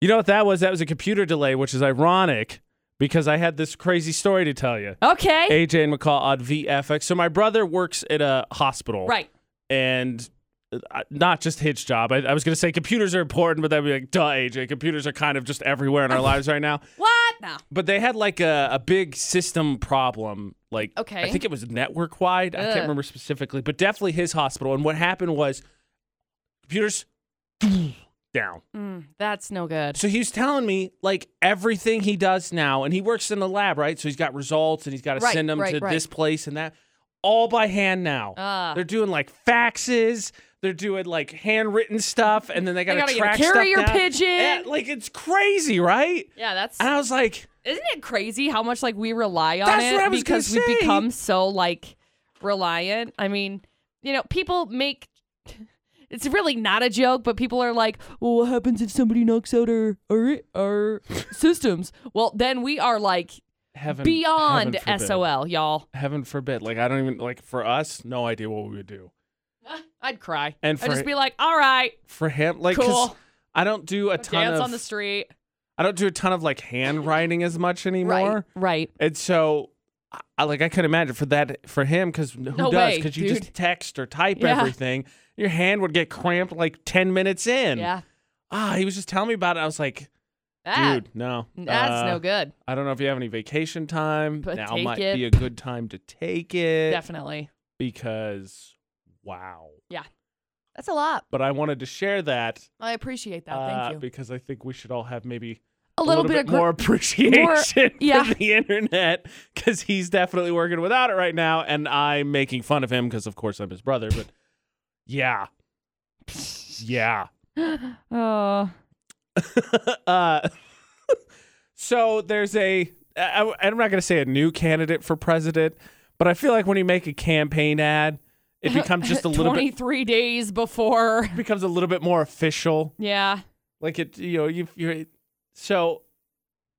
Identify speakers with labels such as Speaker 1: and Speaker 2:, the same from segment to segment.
Speaker 1: You know what that was? That was a computer delay, which is ironic because I had this crazy story to tell you.
Speaker 2: Okay.
Speaker 1: AJ and McCall on VFX. So my brother works at a hospital.
Speaker 2: right.
Speaker 1: And uh, not just his job. I, I was going to say computers are important, but that'd be like, duh, AJ. Computers are kind of just everywhere in our lives right now.
Speaker 2: What? No.
Speaker 1: But they had like a, a big system problem. Like,
Speaker 2: Okay.
Speaker 1: I think it was network wide. I
Speaker 2: Ugh.
Speaker 1: can't remember specifically, but definitely his hospital. And what happened was computers down.
Speaker 2: Mm, that's no good.
Speaker 1: So he was telling me like everything he does now, and he works in the lab, right? So he's got results and he's got to
Speaker 2: Right,
Speaker 1: send them
Speaker 2: right,
Speaker 1: to
Speaker 2: right.
Speaker 1: this place and that, all by hand now.
Speaker 2: Ah.
Speaker 1: They're doing like faxes. They're doing like handwritten stuff, and then they got
Speaker 2: gotta
Speaker 1: to
Speaker 2: get a
Speaker 1: track
Speaker 2: carrier
Speaker 1: stuff down.
Speaker 2: pigeon.
Speaker 1: Yeah, like it's crazy, right?
Speaker 2: yeah, that's
Speaker 1: And I was like,
Speaker 2: isn't it crazy how much like we rely on
Speaker 1: That's
Speaker 2: it
Speaker 1: what I was gonna
Speaker 2: because we
Speaker 1: say.
Speaker 2: become so like reliant. I mean, you know, people make it's really not a joke, but people are like, "Well, what happens if somebody knocks out our our, our systems?" Well, then we are like
Speaker 1: heaven
Speaker 2: beyond
Speaker 1: heaven forbid.
Speaker 2: SOL, y'all.
Speaker 1: Heaven forbid. Like I don't even like for us, no idea what we would do.
Speaker 2: I'd cry.
Speaker 1: And
Speaker 2: I'd
Speaker 1: for-
Speaker 2: just be like, "All right,
Speaker 1: For him, like 'cause
Speaker 2: Cool.
Speaker 1: I don't do a ton
Speaker 2: dance
Speaker 1: of
Speaker 2: on the street."
Speaker 1: I don't do a ton of like handwriting as much anymore.
Speaker 2: Right, right.
Speaker 1: And so, I- I like I could imagine for that for him because who does?
Speaker 2: No way,
Speaker 1: Because you
Speaker 2: dude.
Speaker 1: just text or type
Speaker 2: Yeah.
Speaker 1: everything, your hand would get cramped like ten minutes in.
Speaker 2: Yeah,
Speaker 1: Ah, he was just telling me about it. I was like,
Speaker 2: that,
Speaker 1: dude, no,
Speaker 2: Ah. that's
Speaker 1: uh,
Speaker 2: no good.
Speaker 1: I don't know if you have any vacation time.
Speaker 2: But
Speaker 1: now
Speaker 2: take
Speaker 1: might
Speaker 2: it.
Speaker 1: be a good time to take it
Speaker 2: Definitely.
Speaker 1: because wow.
Speaker 2: That's a lot.
Speaker 1: But I wanted to share that
Speaker 2: I appreciate that.
Speaker 1: uh,
Speaker 2: Thank you.
Speaker 1: because I think we should all have maybe
Speaker 2: a little, bit, of gr-
Speaker 1: more appreciation
Speaker 2: yeah.
Speaker 1: for the internet because he's definitely working without it right now, and I'm making fun of him because, of course, I'm his brother. But yeah, yeah.
Speaker 2: Oh,
Speaker 1: uh, so there's a. I, I- I'm not going to say a new candidate for president, but I feel like when you make a campaign ad, it becomes just a little bit
Speaker 2: 23 days before.
Speaker 1: becomes a little bit more official.
Speaker 2: Yeah.
Speaker 1: Like it, you know, you you. So,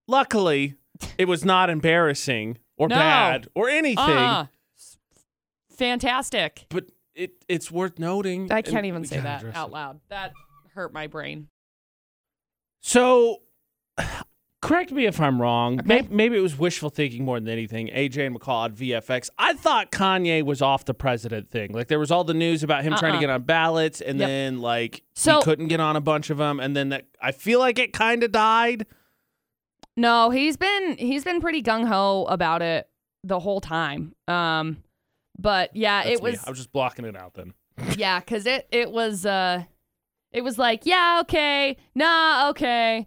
Speaker 1: luckily, it was not embarrassing or
Speaker 2: No.
Speaker 1: bad or anything.
Speaker 2: Uh, fantastic.
Speaker 1: But it it's worth noting.
Speaker 2: I
Speaker 1: and
Speaker 2: can't even
Speaker 1: we
Speaker 2: say
Speaker 1: gotta
Speaker 2: that
Speaker 1: address
Speaker 2: out
Speaker 1: it.
Speaker 2: loud. That hurt my brain.
Speaker 1: So, correct me if I'm wrong.
Speaker 2: Okay.
Speaker 1: Maybe, maybe it was wishful thinking more than anything. AJ and McCall at VFX. I thought Kanye was off the president thing. Like there was all the news about him trying to
Speaker 2: Uh-uh.
Speaker 1: get on ballots, and
Speaker 2: Yep.
Speaker 1: then like
Speaker 2: So-
Speaker 1: he couldn't get on a bunch of them, and then that I feel like it kind of died.
Speaker 2: No, he's been he's been pretty gung ho about it the whole time. Um but yeah,
Speaker 1: That's
Speaker 2: it
Speaker 1: me.
Speaker 2: was
Speaker 1: I was just blocking it out then.
Speaker 2: yeah, cuz it it was uh it was like, yeah, okay. Nah, okay.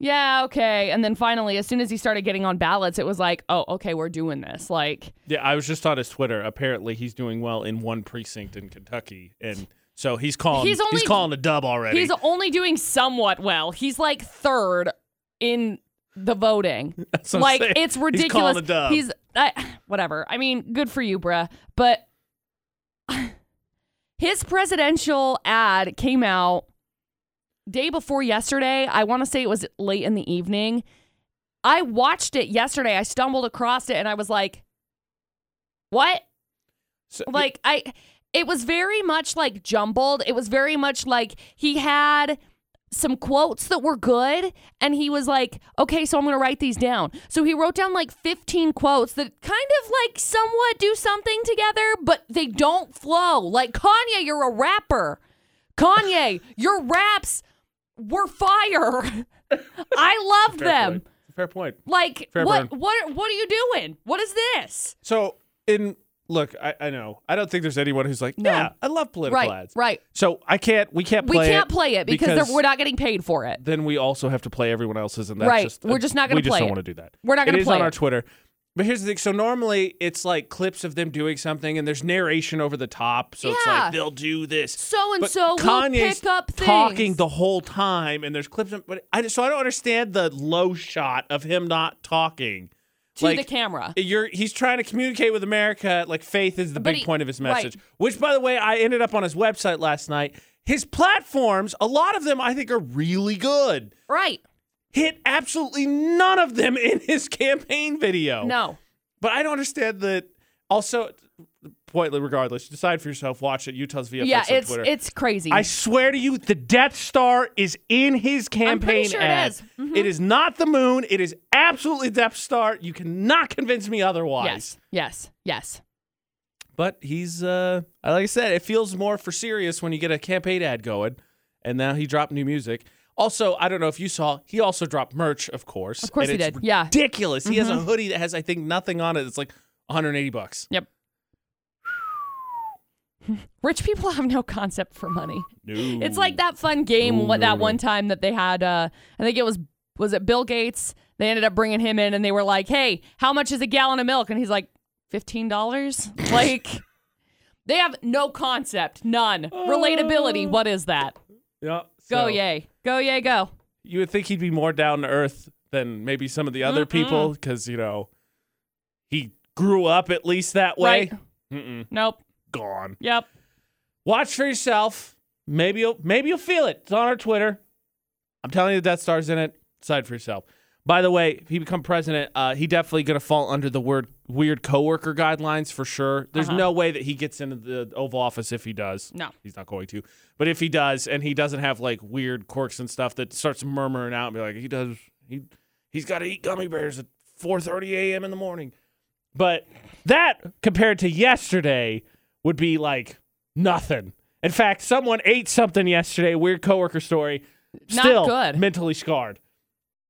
Speaker 2: Yeah, okay. And then finally as soon as he started getting on ballots, it was like, "Oh, okay, we're doing this." Like
Speaker 1: Yeah, I was just on his Twitter. Apparently, he's doing well in one precinct in Kentucky, and so he's calling.
Speaker 2: He's
Speaker 1: He's,
Speaker 2: only-
Speaker 1: calling a dub already.
Speaker 2: He's only doing somewhat well. He's like third in the voting.
Speaker 1: That's what I'm
Speaker 2: like
Speaker 1: saying.
Speaker 2: it's
Speaker 1: He's calling
Speaker 2: ridiculous.
Speaker 1: a dub.
Speaker 2: He's- I, whatever. I mean, good for you, bruh. But his presidential ad came out day before yesterday. I want to say it was late in the evening. I watched it yesterday. I stumbled across it and I was like, "What?"
Speaker 1: So-
Speaker 2: like i it was very much like jumbled it was very much like he had some quotes that were good and he was like okay so i'm gonna write these down so he wrote down like 15 quotes that kind of like somewhat do something together but they don't flow like kanye you're a rapper kanye your raps were fire i loved
Speaker 1: Fair
Speaker 2: them
Speaker 1: point. Fair point.
Speaker 2: like
Speaker 1: Fair
Speaker 2: what
Speaker 1: burn.
Speaker 2: what what are you doing what is this
Speaker 1: So in look, I, I know I don't think there's anyone who's like,
Speaker 2: No.
Speaker 1: yeah, I love political
Speaker 2: right
Speaker 1: ads.
Speaker 2: right
Speaker 1: So I can't. We can't.
Speaker 2: we
Speaker 1: Play
Speaker 2: can't
Speaker 1: it
Speaker 2: play it because,
Speaker 1: because
Speaker 2: they're- we're not getting paid for it.
Speaker 1: Then we also have to play everyone else's, and that's
Speaker 2: Right.
Speaker 1: just
Speaker 2: We're just not gonna
Speaker 1: We just
Speaker 2: play
Speaker 1: don't
Speaker 2: it.
Speaker 1: want to do that.
Speaker 2: We're not gonna
Speaker 1: It is
Speaker 2: play
Speaker 1: on our
Speaker 2: it.
Speaker 1: Twitter. But here's the thing. So normally it's like clips of them doing something, and there's narration over the top. So it's
Speaker 2: Yeah.
Speaker 1: like they'll do this.
Speaker 2: So and
Speaker 1: But
Speaker 2: so will
Speaker 1: Kanye's
Speaker 2: pick up things.
Speaker 1: talking the whole time, and there's clips. Of, but I just- so I don't understand the low shot of him not talking
Speaker 2: to
Speaker 1: like,
Speaker 2: the camera.
Speaker 1: You're he's trying to communicate with America. Like faith is the
Speaker 2: But
Speaker 1: big
Speaker 2: he-
Speaker 1: point of his
Speaker 2: right.
Speaker 1: message. Which, by the way, I ended up on his website last night. His platforms, a lot of them, I think, are really good.
Speaker 2: right.
Speaker 1: Hit absolutely none of them in his campaign video.
Speaker 2: No.
Speaker 1: But I don't understand that. Also, pointless regardless. Decide for yourself. Watch it. Utah's VFX
Speaker 2: yeah,
Speaker 1: on
Speaker 2: it's
Speaker 1: Twitter.
Speaker 2: it's crazy.
Speaker 1: I swear to you, the Death Star is in his campaign
Speaker 2: sure it
Speaker 1: ad.
Speaker 2: is. Mhm.
Speaker 1: It is not the moon. It is absolutely Death Star. You cannot convince me otherwise.
Speaker 2: yes, yes, yes.
Speaker 1: But he's uh like I said, it feels more for serious when you get a campaign ad going. And now he dropped new music. Also, I don't know if you saw, he also dropped merch, of course.
Speaker 2: Of course
Speaker 1: and
Speaker 2: he
Speaker 1: it's
Speaker 2: did. Yeah. Mm-hmm.
Speaker 1: Ridiculous. He has a hoodie that has, I think, nothing on it. It's like 180 bucks.
Speaker 2: Yep. Rich people have no concept for money.
Speaker 1: No.
Speaker 2: It's like that fun game what that one time that they had uh I think it was was it Bill Gates? They ended up bringing him in and they were like, "Hey, how much is a gallon of milk?" and he's like, "$15?" like they have no concept, none. Relatability, what is that?
Speaker 1: Yeah.
Speaker 2: Go
Speaker 1: Uh. so
Speaker 2: yay. Go yay go.
Speaker 1: You would think he'd be more down to earth than maybe some of the other people because, you know, he grew up at least that way.
Speaker 2: Right.
Speaker 1: Mm-mm.
Speaker 2: Nope.
Speaker 1: Gone.
Speaker 2: Yep.
Speaker 1: Watch for yourself. Maybe you'll maybe you'll feel it. It's on our Twitter. I'm telling you, the Death Star's in it. Decide for yourself. By the way, if he become president, uh, he definitely gonna fall under the word weird coworker guidelines for sure. There's no way that he gets into the Oval Office if he does.
Speaker 2: No.
Speaker 1: he's not going to. But if he does, and he doesn't have like weird quirks and stuff that starts murmuring out and be like, he does. He he's got to eat gummy bears at 4:30 a.m. in the morning. But that compared to yesterday would be like nothing. In fact, someone ate something yesterday, weird coworker story.
Speaker 2: Not
Speaker 1: Still
Speaker 2: good.
Speaker 1: mentally scarred.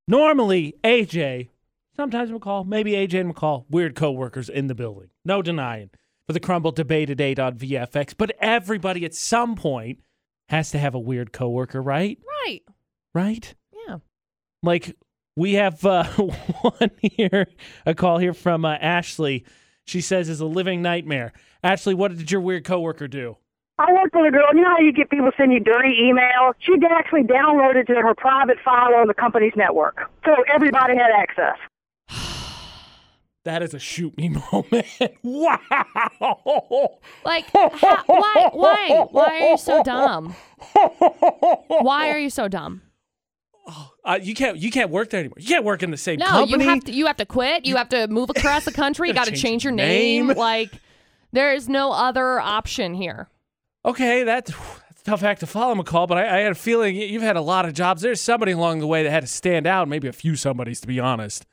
Speaker 1: Normally, AJ, sometimes McCall, maybe AJ and McCall, weird coworkers in the building. No denying. For the crumble debate at 8 on VFX. But everybody at some point has to have a weird coworker, right?
Speaker 2: Right.
Speaker 1: Right?
Speaker 2: Yeah.
Speaker 1: Like we have uh, one here, a call here from uh, Ashley. She says is a living nightmare. Ashley, what did your weird coworker do?
Speaker 3: I worked with a girl. You know how you get people send you dirty emails? She did actually downloaded it to her private file on the company's network. So everybody had access.
Speaker 1: That is a shoot me moment. wow.
Speaker 2: Like, ha- why, why, why are you so dumb? Why are you so dumb?
Speaker 1: Uh, you can't you can't work there anymore. You can't work in the same
Speaker 2: No,
Speaker 1: company.
Speaker 2: you have to, you have to quit. You have to move across the country. You got to
Speaker 1: Change
Speaker 2: change,
Speaker 1: your
Speaker 2: your name.
Speaker 1: name.
Speaker 2: Like, there is no other option here.
Speaker 1: okay, that's, that's a tough act to follow, McCall. But I, I had a feeling you- you've had a lot of jobs. There's somebody along the way that had to stand out. Maybe a few somebodies, to be honest.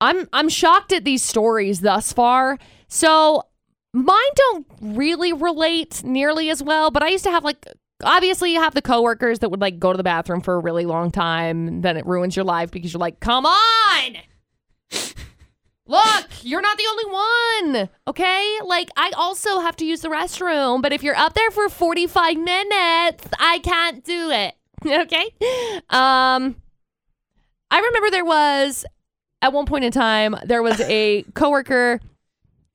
Speaker 2: I'm I'm shocked at these stories thus far. So mine don't really relate nearly as well, but I used to have like obviously you have the coworkers that would like go to the bathroom for a really long time, and then it ruins your life because you're like, "Come on!" Look, you're not the only one. Okay? Like I also have to use the restroom, but if you're up there for 45 minutes, I can't do it. Okay? Um I remember there was at one point in time there was a coworker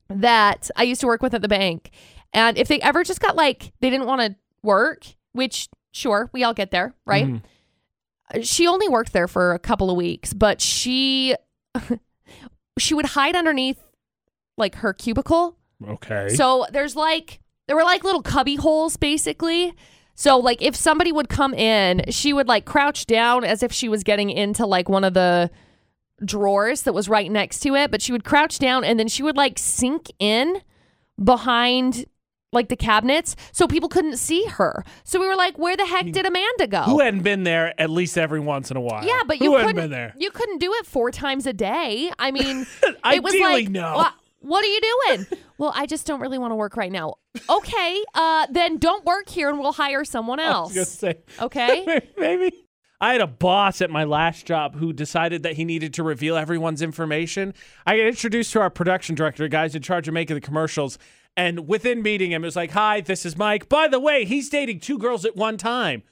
Speaker 2: that I used to work with at the bank, and if they ever just got like they didn't want to work, which sure we all get there, right?
Speaker 1: Mm-hmm.
Speaker 2: She only worked there for a couple of weeks, but she she would hide underneath like her cubicle
Speaker 1: Okay.
Speaker 2: so there's like there were like little cubby holes basically. So like if somebody would come in, she would like crouch down as if she was getting into like one of the drawers that was right next to it, but she would crouch down and then she would like sink in behind like the cabinets so people couldn't see her. So we were like, where the heck did Amanda go?
Speaker 1: Who hadn't been there at least every once in a while?
Speaker 2: yeah, but
Speaker 1: Who
Speaker 2: you
Speaker 1: hadn't
Speaker 2: couldn't
Speaker 1: been there?
Speaker 2: you couldn't do it four times a day. I mean, it was
Speaker 1: Ideally,
Speaker 2: like,
Speaker 1: no.
Speaker 2: "Wha- What are you doing? well, I just don't really want to work right now. Okay, uh, then don't work here, and we'll hire someone
Speaker 1: I was gonna
Speaker 2: else.
Speaker 1: say
Speaker 2: Okay.
Speaker 1: maybe. I had a boss at my last job who decided that he needed to reveal everyone's information. I got introduced to our production director, the guys in charge of making the commercials, and within meeting him, it was like, "Hi, this is Mike. By the way, he's dating two girls at one time.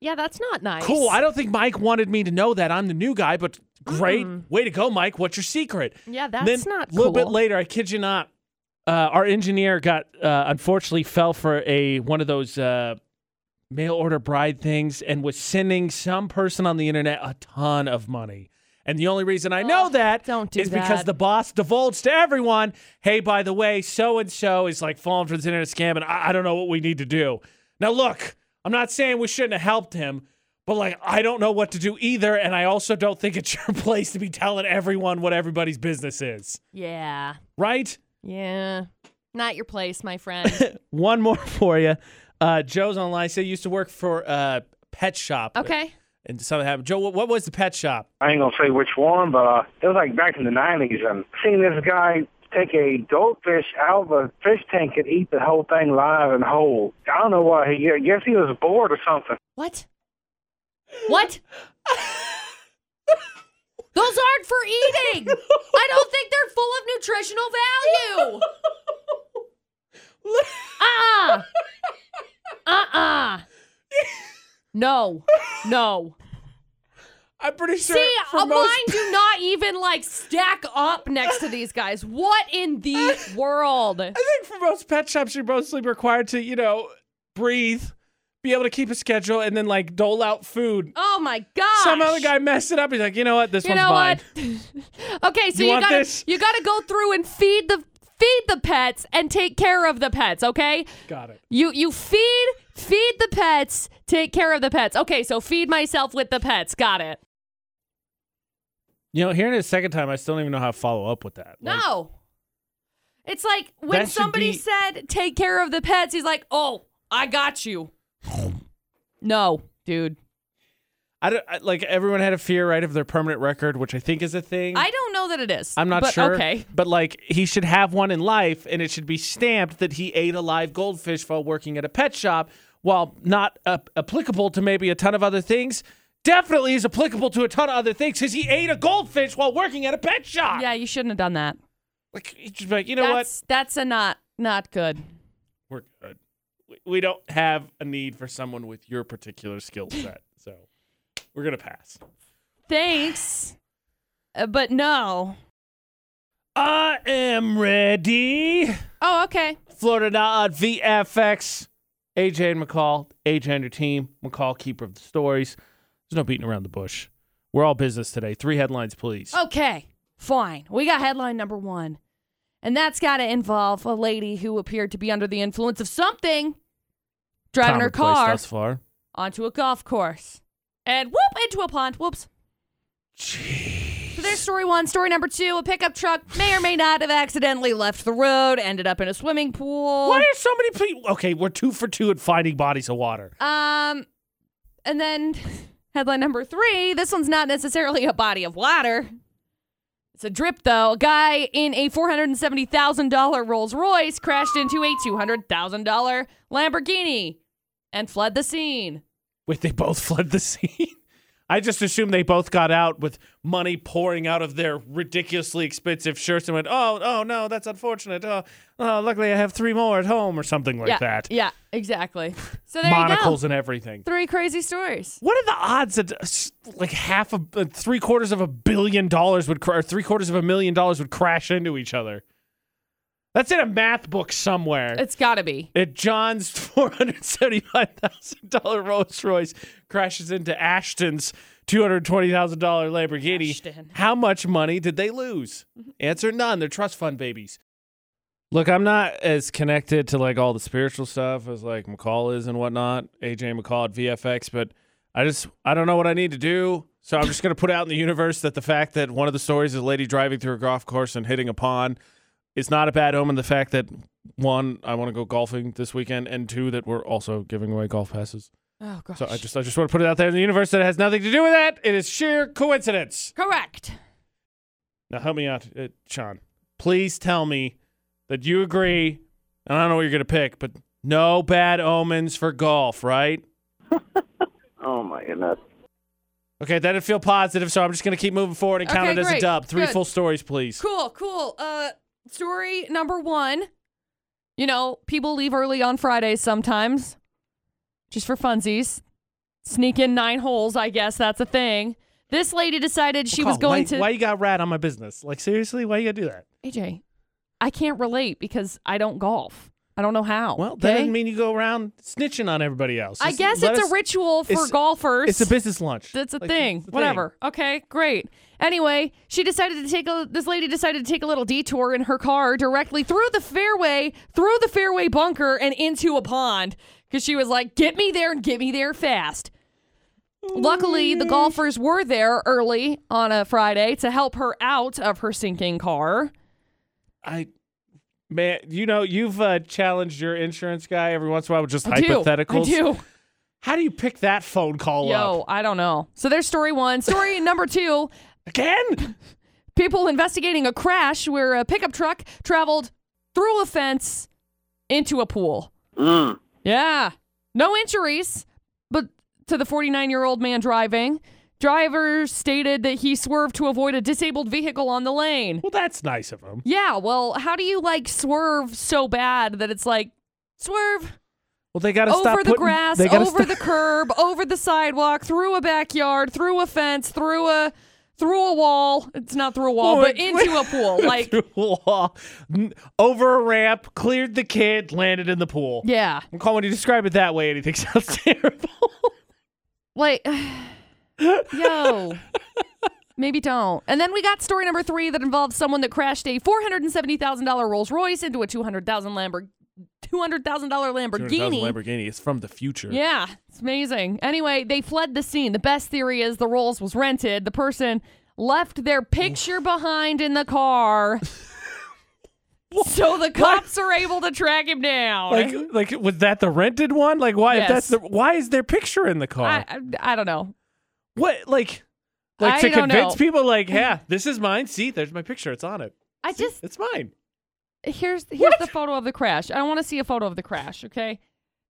Speaker 2: Yeah, that's not nice.
Speaker 1: Cool. I don't think Mike wanted me to know that. I'm the new guy, but great. Way to go, Mike. What's your secret?
Speaker 2: yeah,
Speaker 1: And then
Speaker 2: that's not
Speaker 1: A
Speaker 2: cool.
Speaker 1: little bit later, I kid you not, uh, our engineer got uh, unfortunately fell for a one of those uh, mail order bride things and was sending some person on the internet a ton of money. And the only reason I know
Speaker 2: Ugh,
Speaker 1: that is
Speaker 2: Oh, don't do
Speaker 1: because
Speaker 2: that.
Speaker 1: the boss divulged to everyone, "Hey, by the way, so and so is like falling for this internet scam, and I-, I don't know what we need to do." Now, look, I'm not saying we shouldn't have helped him. But like I don't know what to do either, and I also don't think it's your place to be telling everyone what everybody's business is
Speaker 2: Yeah.
Speaker 1: right?
Speaker 2: Yeah. Not your place, my friend.
Speaker 1: One more for you. Uh, Joe's online. Said he used to work for a pet shop.
Speaker 2: Okay.
Speaker 1: And something happened. Joe, what, what was the pet shop?
Speaker 4: I ain't gonna say which one, but uh, it was like back in the nineties. And seen this guy take a goldfish out of a fish tank and eat the whole thing live and whole. I don't know why. He, I guess he was bored or something.
Speaker 2: What? What? Those aren't for eating. I don't think they're full of nutritional value. Uh-uh. Uh-uh. No. No.
Speaker 1: I'm pretty sure.
Speaker 2: See,
Speaker 1: for
Speaker 2: uh,
Speaker 1: most-
Speaker 2: mine do not even like stack up next to these guys. What in the world?
Speaker 1: I think for most pet shops, you're mostly required to, you know, breathe, be able to keep a schedule, and then like dole out food.
Speaker 2: Oh my god.
Speaker 1: Some other guy messed it up. He's like, you know what? This
Speaker 2: You
Speaker 1: one's
Speaker 2: know
Speaker 1: mine.
Speaker 2: what? okay, so
Speaker 1: You
Speaker 2: you,
Speaker 1: want
Speaker 2: gotta
Speaker 1: this?
Speaker 2: you gotta go through and feed the feed the pets and take care of the pets, okay?
Speaker 1: Got it.
Speaker 2: You you feed feed the pets, take care of the pets. Okay, so feed myself with the pets. Got it.
Speaker 1: You know, hearing it a second time, I still don't even know how to follow up with that. Like,
Speaker 2: No. It's like when
Speaker 1: That should
Speaker 2: somebody
Speaker 1: be-
Speaker 2: said, take care of the pets, he's like, oh, I got you. no, dude.
Speaker 1: I don't I, like everyone had a fear, right, of their permanent record, which I think is a thing.
Speaker 2: I don't know that it is.
Speaker 1: am not
Speaker 2: but
Speaker 1: sure.
Speaker 2: Okay.
Speaker 1: But like he should have one in life and it should be stamped that he ate a live goldfish while working at a pet shop, while not uh, applicable to maybe a ton of other things. Definitely is applicable to a ton of other things because he ate a goldfish while working at a pet shop.
Speaker 2: Yeah, you shouldn't have done that.
Speaker 1: Like, he should be like, you know
Speaker 2: that's that's a not not good.
Speaker 1: what? We're good. We, we don't have a need for someone with your particular skill set. So we're going to pass.
Speaker 2: Thanks. Uh, but no.
Speaker 1: I am ready.
Speaker 2: Oh, okay.
Speaker 1: Florida Not VFX. AJ and McCall. AJ and your team. McCall, keeper of the stories. There's no beating around the bush. We're all business today. Three headlines, please.
Speaker 2: Oh, Okay. Fine. We got headline number 1. And that's got to involve a lady who appeared to be under the influence of something
Speaker 1: Common
Speaker 2: driving her
Speaker 1: place
Speaker 2: car
Speaker 1: Thus far.
Speaker 2: onto a golf course and whoop into a pond. Whoops. So there's story one. Story number two a pickup truck may or may not have accidentally left the road, ended up in a swimming pool.
Speaker 1: Why are so many people? Okay, we're two for two at finding bodies of water.
Speaker 2: Um, and then headline number three. This one's not necessarily a body of water. It's a drip, though. A guy in a four hundred and seventy thousand dollar Rolls Royce crashed into a two hundred thousand dollar Lamborghini and fled the scene.
Speaker 1: Wait, they both fled the scene. I just assumed they both got out with money pouring out of their ridiculously expensive shirts and went, "Oh, oh no, that's unfortunate. Oh, oh luckily I have three more at home or something like
Speaker 2: yeah,
Speaker 1: that."
Speaker 2: yeah, exactly. So there
Speaker 1: Monocles
Speaker 2: you
Speaker 1: and everything.
Speaker 2: go. Three crazy stories.
Speaker 1: What are the odds that uh, s- like half of uh, three quarters of a billion dollars would cra- or three quarters of a million dollars would crash into each other? That's in a math book somewhere.
Speaker 2: It's gotta be.
Speaker 1: At John's four hundred seventy-five thousand dollar Rolls Royce crashes into Ashton's two hundred twenty thousand dollar Lamborghini.
Speaker 2: Ashton.
Speaker 1: How much money did they lose? Answer: None. They're trust fund babies. Look, I'm not as connected to like all the spiritual stuff as like McCall is and whatnot. AJ McCall at VFX, but I just I don't know what I need to do. So I'm just gonna put out in the universe that the fact that one of the stories is a lady driving through a golf course and hitting a pond is not a bad omen. The fact that one, I want to go golfing this weekend, and two, that we're also giving away golf passes.
Speaker 2: Oh gosh.
Speaker 1: So I just I just want to put it out there in the universe that it has nothing to do with that. It is sheer coincidence.
Speaker 2: Correct.
Speaker 1: Now help me out, uh, Sean. Please tell me that you agree. And I don't know what you're gonna pick, but no bad omens for golf, right?
Speaker 4: Oh my goodness.
Speaker 1: Okay, that didn't feel positive, so I'm just gonna keep moving forward and count
Speaker 2: Okay,
Speaker 1: it as a
Speaker 2: great.
Speaker 1: dub. Three
Speaker 2: Good.
Speaker 1: full stories, please.
Speaker 2: Cool, cool. Uh story number 1. You know, people leave early on Fridays sometimes just for funsies. Sneak in nine holes, I guess that's a thing. This lady decided she was
Speaker 1: McCall,
Speaker 2: going
Speaker 1: why,
Speaker 2: to
Speaker 1: Why you got rat on my business? Like seriously, why you gotta do that?
Speaker 2: AJ. I can't relate because I don't golf. I don't know how.
Speaker 1: Well, that
Speaker 2: okay?
Speaker 1: doesn't mean you go around snitching on everybody else.
Speaker 2: I
Speaker 1: Just
Speaker 2: guess
Speaker 1: let
Speaker 2: it's
Speaker 1: us-
Speaker 2: a ritual for
Speaker 1: it's-
Speaker 2: golfers.
Speaker 1: It's a business lunch.
Speaker 2: That's a
Speaker 1: Like,
Speaker 2: thing.
Speaker 1: it's a
Speaker 2: Whatever. Okay, great. Anyway, she decided to take a this lady decided to take a little detour in her car directly through the fairway, through the fairway bunker and into a pond cuz she was like, "Get me there and get me there fast."
Speaker 1: Oh,
Speaker 2: Luckily, the golfers were there early on a Friday to help her out of her sinking car.
Speaker 1: I Man, you know, you've uh, challenged your insurance guy every once in a while with just
Speaker 2: I do.
Speaker 1: hypotheticals.
Speaker 2: I do.
Speaker 1: How do you pick that phone call
Speaker 2: Yo,
Speaker 1: up?
Speaker 2: I don't know. So there's story one. Story number two
Speaker 1: Again?
Speaker 2: people investigating a crash where a pickup truck traveled through a fence into a pool. Yeah. No injuries, but to the 49 year old man driving, driver stated that he swerved to avoid a disabled vehicle on the lane.
Speaker 1: Well, that's nice of him.
Speaker 2: Yeah, well, how do you like swerve so bad that it's like swerve?
Speaker 1: Well, they got to stop
Speaker 2: over the
Speaker 1: putting-
Speaker 2: grass,
Speaker 1: they gotta
Speaker 2: over
Speaker 1: sta-
Speaker 2: the curb, over the sidewalk, through a backyard, through a fence, through a through a wall. It's not through a wall,
Speaker 1: Well,
Speaker 2: but
Speaker 1: it-
Speaker 2: into a pool. Like
Speaker 1: through a wall, n- over a ramp, cleared the kid, landed in the pool.
Speaker 2: yeah.
Speaker 1: I'm calling when you describe it that way, anything sounds terrible.
Speaker 2: Like yo. Maybe don't. And then we got story number three that involves someone that crashed a four hundred and seventy thousand dollar Rolls Royce into a two hundred thousand Lamborg two hundred thousand dollar Lamborghini.
Speaker 1: Lamborghini. It's from the future.
Speaker 2: Yeah, it's amazing. Anyway, they fled the scene. The best theory is the Rolls was rented. The person left their picture behind in the car. so the cops are able to track him down.
Speaker 1: Like, like was that the rented one? Like, why? If that's
Speaker 2: Yes.
Speaker 1: the why is their picture in the car?
Speaker 2: I, I, I don't know.
Speaker 1: what, like, like
Speaker 2: I
Speaker 1: to
Speaker 2: don't
Speaker 1: convince
Speaker 2: know.
Speaker 1: people, like, yeah, this is mine. See, there's my picture. It's on it.
Speaker 2: I just
Speaker 1: It's mine.
Speaker 2: here's here's
Speaker 1: What?
Speaker 2: the photo of the crash. I want to see a photo of the crash, okay?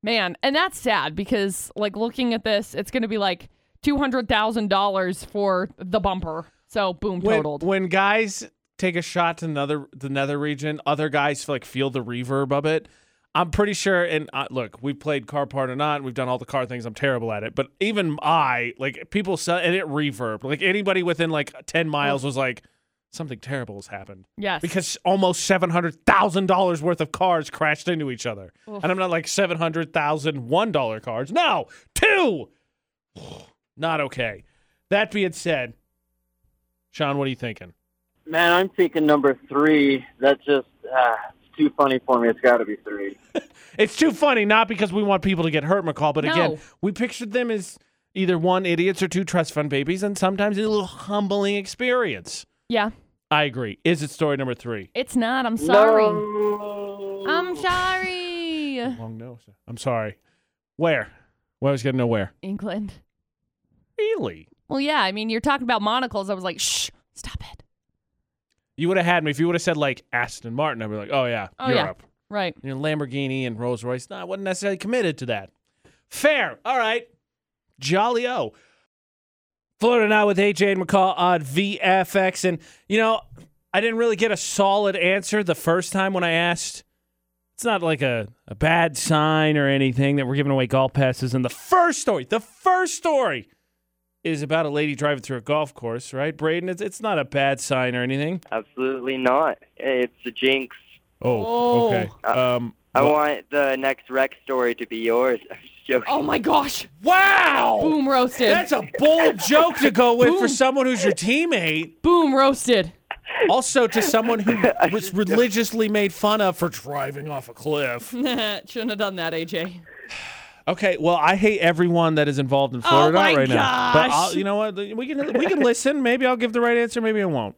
Speaker 2: Man, and that's sad because like looking at this, it's going to be like $200,000 for the bumper. So boom
Speaker 1: When,
Speaker 2: totaled.
Speaker 1: when guys take a shot to another the nether region, other guys like feel the reverb of it. I'm pretty sure. And uh, look, we played car part or not. We've done all the car things. I'm terrible at it, but even I like people said, and it reverbed. Like anybody within like ten miles was like, something terrible has happened.
Speaker 2: yes.
Speaker 1: because almost seven hundred thousand dollars worth of cars crashed into each other, and I'm not like seven hundred thousand one dollar cars. No, two. not okay. That being said, Sean, what are you thinking?
Speaker 5: Man, I'm thinking number three. That's just uh, it's too funny for me. It's got to be three.
Speaker 1: It's too funny, not because we want people to get hurt, McCall, but
Speaker 2: No.
Speaker 1: again, we pictured them as either one idiots or two trust fund babies, and sometimes it's a little humbling experience.
Speaker 2: yeah.
Speaker 1: I agree. Is it story number three?
Speaker 2: It's not. I'm sorry.
Speaker 5: No.
Speaker 2: I'm sorry.
Speaker 1: Long nose. I'm sorry. Where? Well, I was gonna know where.
Speaker 2: England.
Speaker 1: Really?
Speaker 2: Well, yeah. I mean, you're talking about monocles. I was like, shh, stop it.
Speaker 1: You would have had me if you would have said like Aston Martin. I'd be like, oh yeah,
Speaker 2: Oh, yeah.
Speaker 1: Europe.
Speaker 2: Right.
Speaker 1: You know, Lamborghini and Rolls Royce. No, I wasn't necessarily committed to that. Fair. All right. Jolly O. Florida now with AJ and McCall on VFX. And, you know, I didn't really get a solid answer the first time when I asked. It's not like a, a bad sign or anything that we're giving away golf passes. And the first story, the first story is about a lady driving through a golf course, right? Braden, it's, it's not a bad sign or anything.
Speaker 5: Absolutely not. It's the jinx.
Speaker 2: Oh.
Speaker 1: okay. Um,
Speaker 5: I
Speaker 1: well-
Speaker 5: want the next wreck story to be yours. I'm just joking.
Speaker 2: Oh my gosh.
Speaker 1: wow!
Speaker 2: Boom roasted.
Speaker 1: That's a bold joke to go with for
Speaker 2: Boom.
Speaker 1: someone who's your teammate.
Speaker 2: Boom roasted.
Speaker 1: Also to someone who was religiously made fun of for driving off a cliff.
Speaker 2: Shouldn't have done that, AJ.
Speaker 1: Okay, well, I hate everyone that is involved in Florida
Speaker 2: my
Speaker 1: right now. But
Speaker 2: gosh.
Speaker 1: I'll, you know what? We can we can listen. Maybe I'll give the right answer. Maybe I won't.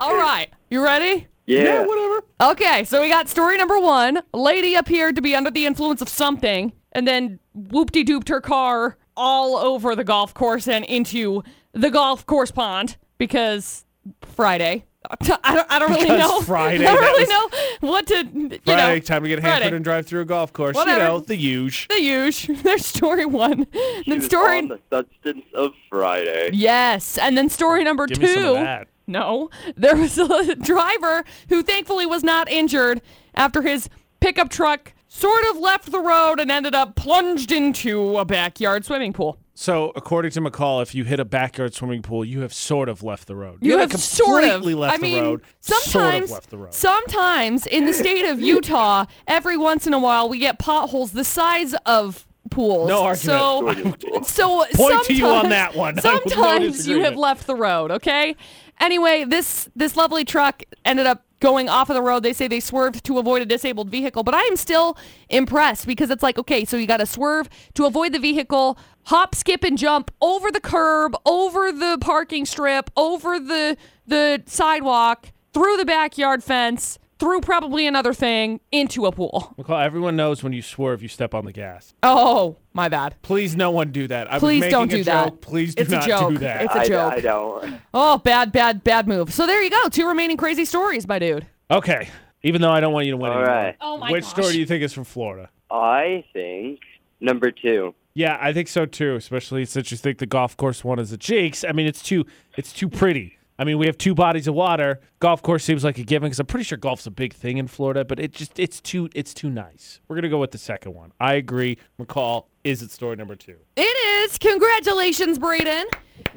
Speaker 2: All right. You ready?
Speaker 5: yeah.
Speaker 1: whatever.
Speaker 2: Okay. So we got story number one. Lady appeared to be under the influence of something and then whoop de dooped her car all over the golf course and into the golf course pond because Friday. I don't, I don't really
Speaker 1: Because
Speaker 2: know.
Speaker 1: Friday,
Speaker 2: I don't
Speaker 1: that
Speaker 2: really
Speaker 1: was-
Speaker 2: know what to. You
Speaker 1: Friday,
Speaker 2: know,
Speaker 1: time to get
Speaker 2: Friday.
Speaker 1: hampered and drive through a golf course.
Speaker 2: Whatever.
Speaker 1: You know the huge.
Speaker 2: the usual. There's story one.
Speaker 5: She
Speaker 2: Then
Speaker 5: was
Speaker 2: story.
Speaker 5: on the substance of Friday.
Speaker 2: yes, and then story number
Speaker 1: Give
Speaker 2: two.
Speaker 1: me some of that.
Speaker 2: No, there was a driver who thankfully was not injured after his pickup truck sort of left the road and ended up plunged into a backyard swimming pool.
Speaker 1: So, according to McCall, if you hit a backyard swimming pool, you have sort of left the road.
Speaker 2: You, have
Speaker 1: completely
Speaker 2: sort of
Speaker 1: left
Speaker 2: I mean,
Speaker 1: the road.
Speaker 2: Sometimes,
Speaker 1: sort of left the road.
Speaker 2: sometimes in the state of Utah, every once in a while we get potholes the size of pools.
Speaker 1: No argument.
Speaker 2: So,
Speaker 5: Sort of cool.
Speaker 2: So
Speaker 1: Point to you on
Speaker 2: sometimes-
Speaker 1: that one. I will no
Speaker 2: Sometimes you
Speaker 1: disagreement.
Speaker 2: have left the road, okay? Anyway, this this lovely truck ended up going off of the road. They say they swerved to avoid a disabled vehicle, but I am still impressed because it's like, okay, so you got to swerve to avoid the vehicle, hop, skip and jump over the curb, over the parking strip, over the the sidewalk through the backyard fence, through probably another thing, into a pool.
Speaker 1: McCall, everyone knows when you swerve, you step on the gas.
Speaker 2: Oh, my bad.
Speaker 1: Please, no one do that. I was
Speaker 2: Please
Speaker 1: making
Speaker 2: don't
Speaker 1: a
Speaker 2: do that.
Speaker 1: joke. Please do
Speaker 2: It's a
Speaker 1: not do
Speaker 2: joke.
Speaker 1: that.
Speaker 2: It's a
Speaker 5: I,
Speaker 2: joke.
Speaker 5: I don't.
Speaker 2: Oh, bad, bad, bad move. So there you go. Two remaining crazy stories, my dude.
Speaker 1: okay. Even though I don't want you to win.
Speaker 5: All
Speaker 1: anymore.
Speaker 5: right.
Speaker 2: Oh my
Speaker 1: Which
Speaker 2: gosh.
Speaker 1: story do you think is from Florida?
Speaker 5: I think number two.
Speaker 1: Yeah, I think so too. Especially since you think the golf course one is the cheeks. I mean, it's too it's too pretty. I mean, we have two bodies of water. Golf course seems like a given because I'm pretty sure golf's a big thing in Florida, but it just it's too it's too nice. We're gonna go with the second one. I agree. McCall is it story number two.
Speaker 2: It is. Congratulations, Braden.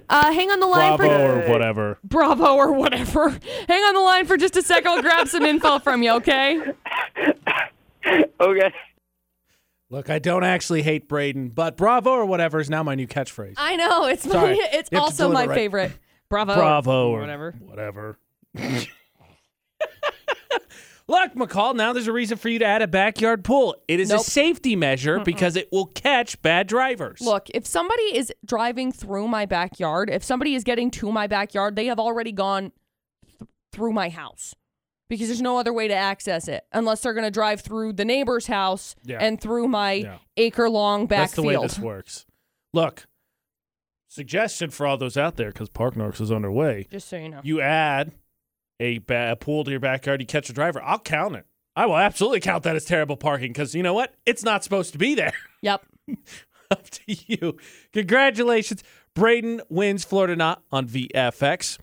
Speaker 2: Uh, hang on the line
Speaker 1: Bravo
Speaker 2: for
Speaker 1: or whatever.
Speaker 2: Bravo or whatever. Hang on the line for just a second. I'll grab some info from you, okay?
Speaker 5: Okay.
Speaker 1: Look, I don't actually hate Braden, but Bravo or whatever is now my new catchphrase.
Speaker 2: I know. It's my,
Speaker 1: Sorry.
Speaker 2: it's
Speaker 1: You have to
Speaker 2: also my
Speaker 1: deliver it.
Speaker 2: favorite. Bravo.
Speaker 1: Bravo
Speaker 2: or
Speaker 1: or
Speaker 2: Oh, whatever.
Speaker 1: Whatever. Look, McCall, now there's a reason for you to add a backyard pool. It is
Speaker 2: Nope.
Speaker 1: a safety measure because it will catch bad drivers.
Speaker 2: Look, if somebody is driving through my backyard, if somebody is getting to my backyard, they have already gone th- through my house because there's no other way to access it unless they're going to drive through the neighbor's house
Speaker 1: Yeah.
Speaker 2: and through my
Speaker 1: Yeah.
Speaker 2: acre long
Speaker 1: that's the way
Speaker 2: backfield.
Speaker 1: this works. Look, suggestion for all those out there because Park Narks is underway.
Speaker 2: Just so you know.
Speaker 1: You add a, ba- a pool to your backyard, you catch a driver. I'll count it. I will absolutely count that as terrible parking because you know what? It's not supposed to be there.
Speaker 2: Yep.
Speaker 1: up to you. Congratulations. Braden wins Florida Not on VFX.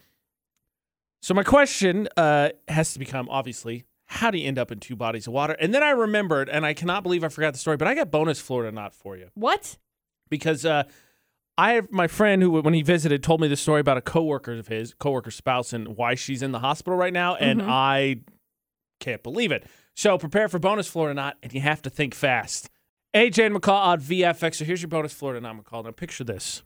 Speaker 1: So my question uh, has to become obviously how do you end up in two bodies of water? And then I remembered, and I cannot believe I forgot the story, but I got bonus Florida Not for you
Speaker 2: What?
Speaker 1: because uh, I have my friend who, when he visited, told me the story about a coworker of his, coworker's spouse, and why she's in the hospital right now, and
Speaker 2: Mm-hmm.
Speaker 1: I can't believe it. So prepare for bonus Florida not, and you have to think fast. AJ and McCall on VFX. So here's your bonus Florida not McCall. Now picture this: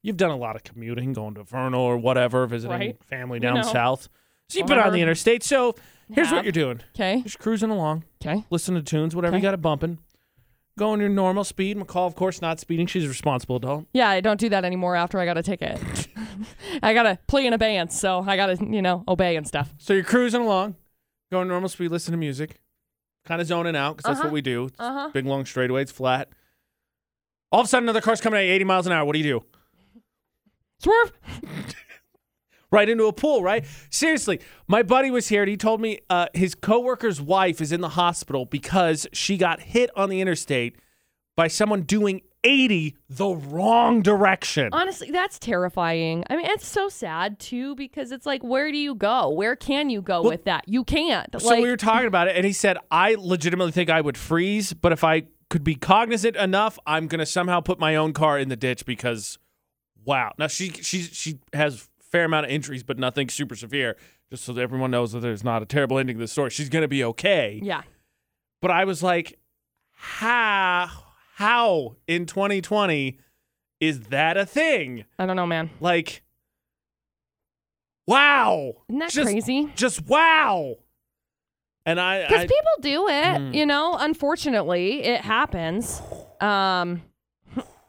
Speaker 1: you've done a lot of commuting, going to Vernal or whatever, visiting
Speaker 2: Right.
Speaker 1: family down
Speaker 2: know.
Speaker 1: south. So you've been on
Speaker 2: Whatever.
Speaker 1: the interstate. So here's
Speaker 2: Have.
Speaker 1: what you're doing:
Speaker 2: Okay.
Speaker 1: just cruising along
Speaker 2: Okay.
Speaker 1: listen to tunes, whatever you
Speaker 2: Okay.
Speaker 1: got it bumping. Going your normal speed. McCall, of course, not speeding. She's a responsible adult.
Speaker 2: Yeah, I don't do that anymore after I got a ticket. I got to play in abeyance, so I got to, you know, obey and stuff.
Speaker 1: So you're cruising along, going normal speed, listening to music, kind of zoning out because that's what we do. It's
Speaker 2: Uh-huh.
Speaker 1: Big long straightaway, it's flat. All of a sudden, another car's coming at you 80 miles an hour. What do you do?
Speaker 2: Swerve.
Speaker 1: right into a pool, right? Seriously, my buddy was here and he told me uh, his coworker's wife is in the hospital because she got hit on the interstate by someone doing 80 the wrong direction.
Speaker 2: Honestly, that's terrifying. I mean, it's so sad too because it's like, where do you go? Where can you go with that? You can't.
Speaker 1: So
Speaker 2: like,
Speaker 1: we were talking about it, and he said, I legitimately think I would freeze, but if I could be cognizant enough, I'm gonna somehow put my own car in the ditch because wow. Now she she she has fair amount of injuries, but nothing super severe. Just so that everyone knows that there's not a terrible ending to the story. She's gonna be okay.
Speaker 2: yeah,
Speaker 1: But I was like, how how in 2020 is that a thing?
Speaker 2: I don't know, man.
Speaker 1: Like Wow.
Speaker 2: Isn't that
Speaker 1: just,
Speaker 2: crazy?
Speaker 1: Just wow. And I,
Speaker 2: Because
Speaker 1: I
Speaker 2: people do it,
Speaker 1: Mm.
Speaker 2: you know. Unfortunately, it happens. Um,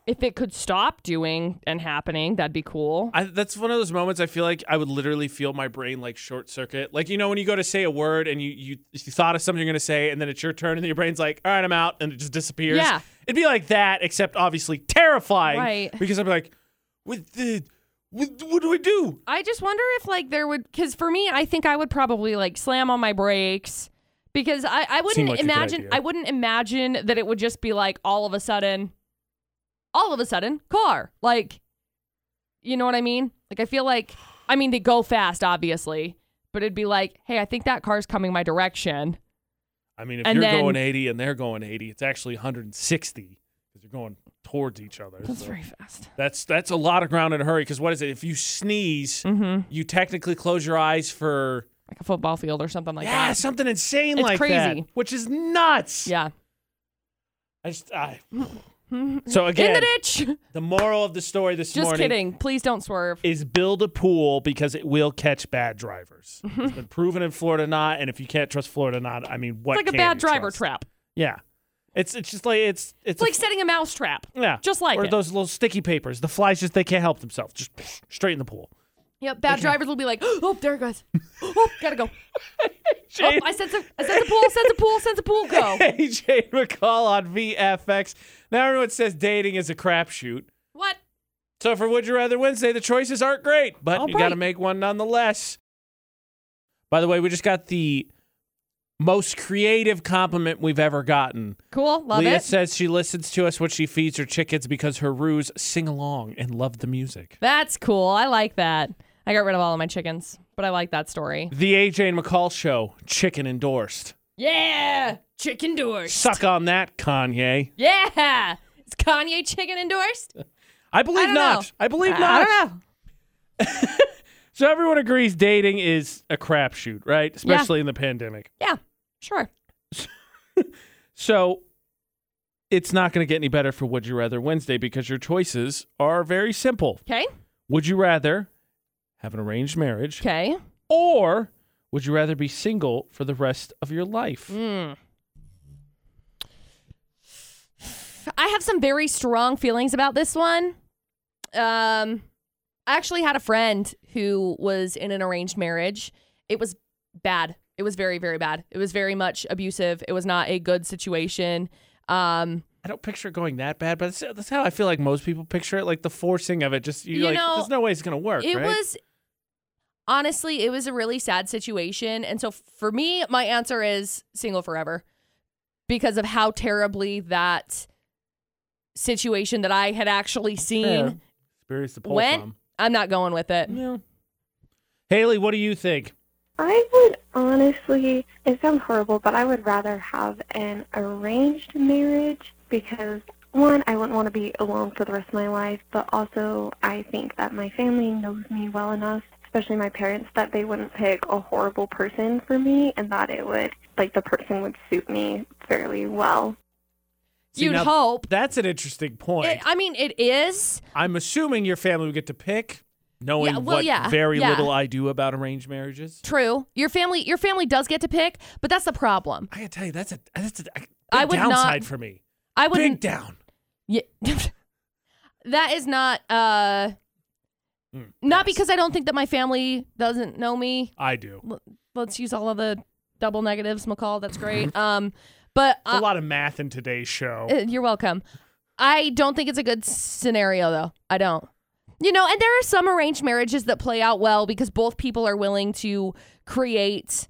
Speaker 2: if it could stop doing and happening, that'd be cool.
Speaker 1: I, that's one of those moments I feel like I would literally feel my brain like short circuit. Like you know when you go to say a word and you you, you thought of something you're gonna say and then it's your turn and then your brain's like, all right, I'm out, and it just disappears.
Speaker 2: Yeah.
Speaker 1: it'd be like that, except obviously terrifying.
Speaker 2: Right.
Speaker 1: Because I'd be like, what the, what, what do we do?
Speaker 2: I just wonder if like there would because for me, I think I would probably like slam on my brakes because I I wouldn't
Speaker 1: like a good
Speaker 2: imagine
Speaker 1: idea.
Speaker 2: I wouldn't imagine that it would just be like all of a sudden, all of a sudden car like, you know what I mean? Like I feel like I mean they go fast obviously, but it'd be like hey I think that car's coming my direction.
Speaker 1: I mean, if
Speaker 2: And
Speaker 1: you're
Speaker 2: then-
Speaker 1: going 80 and they're going 80, it's actually 160 because you're going towards each other.
Speaker 2: That's
Speaker 1: So
Speaker 2: very fast.
Speaker 1: that's that's a lot of ground in a hurry. Because what is it? If you sneeze,
Speaker 2: Mm-hmm.
Speaker 1: you technically close your eyes for.
Speaker 2: Like a football field or something like
Speaker 1: yeah,
Speaker 2: that.
Speaker 1: something insane
Speaker 2: It's
Speaker 1: like
Speaker 2: crazy.
Speaker 1: that, which is nuts.
Speaker 2: Yeah.
Speaker 1: I just, I, so again,
Speaker 2: In the ditch.
Speaker 1: the moral of the story this
Speaker 2: Just
Speaker 1: morning
Speaker 2: kidding. Please don't swerve.
Speaker 1: is build a pool because it will catch bad drivers. it's been proven in Florida not, and if you can't trust Florida not, I mean, what?
Speaker 2: It's like a
Speaker 1: can
Speaker 2: bad
Speaker 1: you
Speaker 2: driver
Speaker 1: trust?
Speaker 2: trap.
Speaker 1: Yeah, it's it's just like it's it's
Speaker 2: It's
Speaker 1: a-
Speaker 2: like setting a mouse trap.
Speaker 1: yeah,
Speaker 2: just like
Speaker 1: or
Speaker 2: it.
Speaker 1: those little sticky papers. The flies just they can't help themselves. Just straight in the pool.
Speaker 2: Yep, bad drivers will be like, oh, there it goes. Oh, gotta go. Oh,
Speaker 1: Jade,
Speaker 2: I sense a, I sense a pool, sense a pool, sense a pool, go.
Speaker 1: hey, Jade McCall on VFX. Now everyone says dating is a crapshoot.
Speaker 2: What?
Speaker 1: So for Would You Rather Wednesday, the choices aren't great, but
Speaker 2: All
Speaker 1: you got to
Speaker 2: right.
Speaker 1: make one nonetheless. By the way, we just got the most creative compliment we've ever gotten.
Speaker 2: Cool, love
Speaker 1: Leah
Speaker 2: it.
Speaker 1: says she listens to us when she feeds her chickens because her roos sing along and love the music.
Speaker 2: That's cool. I like that. I got rid of all of my chickens, but I like that story.
Speaker 1: The AJ and McCall show, chicken endorsed.
Speaker 2: Yeah, chicken doors.
Speaker 1: Suck on that, Kanye.
Speaker 2: Yeah, is Kanye chicken endorsed?
Speaker 1: I believe
Speaker 2: don't
Speaker 1: not.
Speaker 2: know.
Speaker 1: I believe not.
Speaker 2: I don't know.
Speaker 1: So everyone agrees dating is a crapshoot, right? Especially in the pandemic.
Speaker 2: Yeah, sure.
Speaker 1: So it's not going to get any better for Would You Rather Wednesday because your choices are very simple.
Speaker 2: Okay.
Speaker 1: Would you rather have an arranged marriage
Speaker 2: Okay.
Speaker 1: or would you rather be single for the rest of your life?
Speaker 2: Mm. I have some very strong feelings about this one. Um, I actually had a friend who was in an arranged marriage. It was bad. It was very, very bad. It was very much abusive. It was not a good situation. Um,
Speaker 1: I don't picture it going that bad, but that's, that's how I feel like most people picture it. Like the forcing of it, just you
Speaker 2: You
Speaker 1: like,
Speaker 2: know,
Speaker 1: there's no way it's going to work,
Speaker 2: it
Speaker 1: right?
Speaker 2: was honestly, it was a really sad situation. And so for me, my answer is single forever because of how terribly that situation that I had actually seen
Speaker 1: Yeah. Experience the pull
Speaker 2: went.
Speaker 1: from.
Speaker 2: I'm not going with it.
Speaker 1: Yeah. Haley, what do you think?
Speaker 6: I would honestly, it sounds horrible, but I would rather have an arranged marriage because, one, I wouldn't want to be alone for the rest of my life, but also I think that my family knows me well enough, especially my parents, that they wouldn't pick a horrible person for me and that it would, like, the person would suit me fairly well.
Speaker 1: See,
Speaker 2: You'd
Speaker 1: now,
Speaker 2: hope.
Speaker 1: That's an interesting point.
Speaker 2: It, I mean, it is.
Speaker 1: I'm assuming your family would get to pick, knowing
Speaker 2: Yeah, well,
Speaker 1: what
Speaker 2: yeah,
Speaker 1: very
Speaker 2: yeah.
Speaker 1: little I do about arranged marriages.
Speaker 2: True. Your family your family does get to pick, but that's the problem.
Speaker 1: I gotta tell you, that's a that's a big
Speaker 2: I would not-
Speaker 1: downside for me.
Speaker 2: I
Speaker 1: Big
Speaker 2: wouldn't
Speaker 1: down.
Speaker 2: Yeah. that is not uh
Speaker 1: Mm,
Speaker 2: not because I don't think that my family doesn't know me.
Speaker 1: I do.
Speaker 2: Let's use all of the double negatives, McCall. That's
Speaker 1: Mm-hmm.
Speaker 2: great. um but
Speaker 1: It's
Speaker 2: uh,
Speaker 1: a lot of math in today's show.
Speaker 2: Uh, You're welcome. I don't think it's a good scenario, though. I don't. You know, and there are some arranged marriages that play out well because both people are willing to create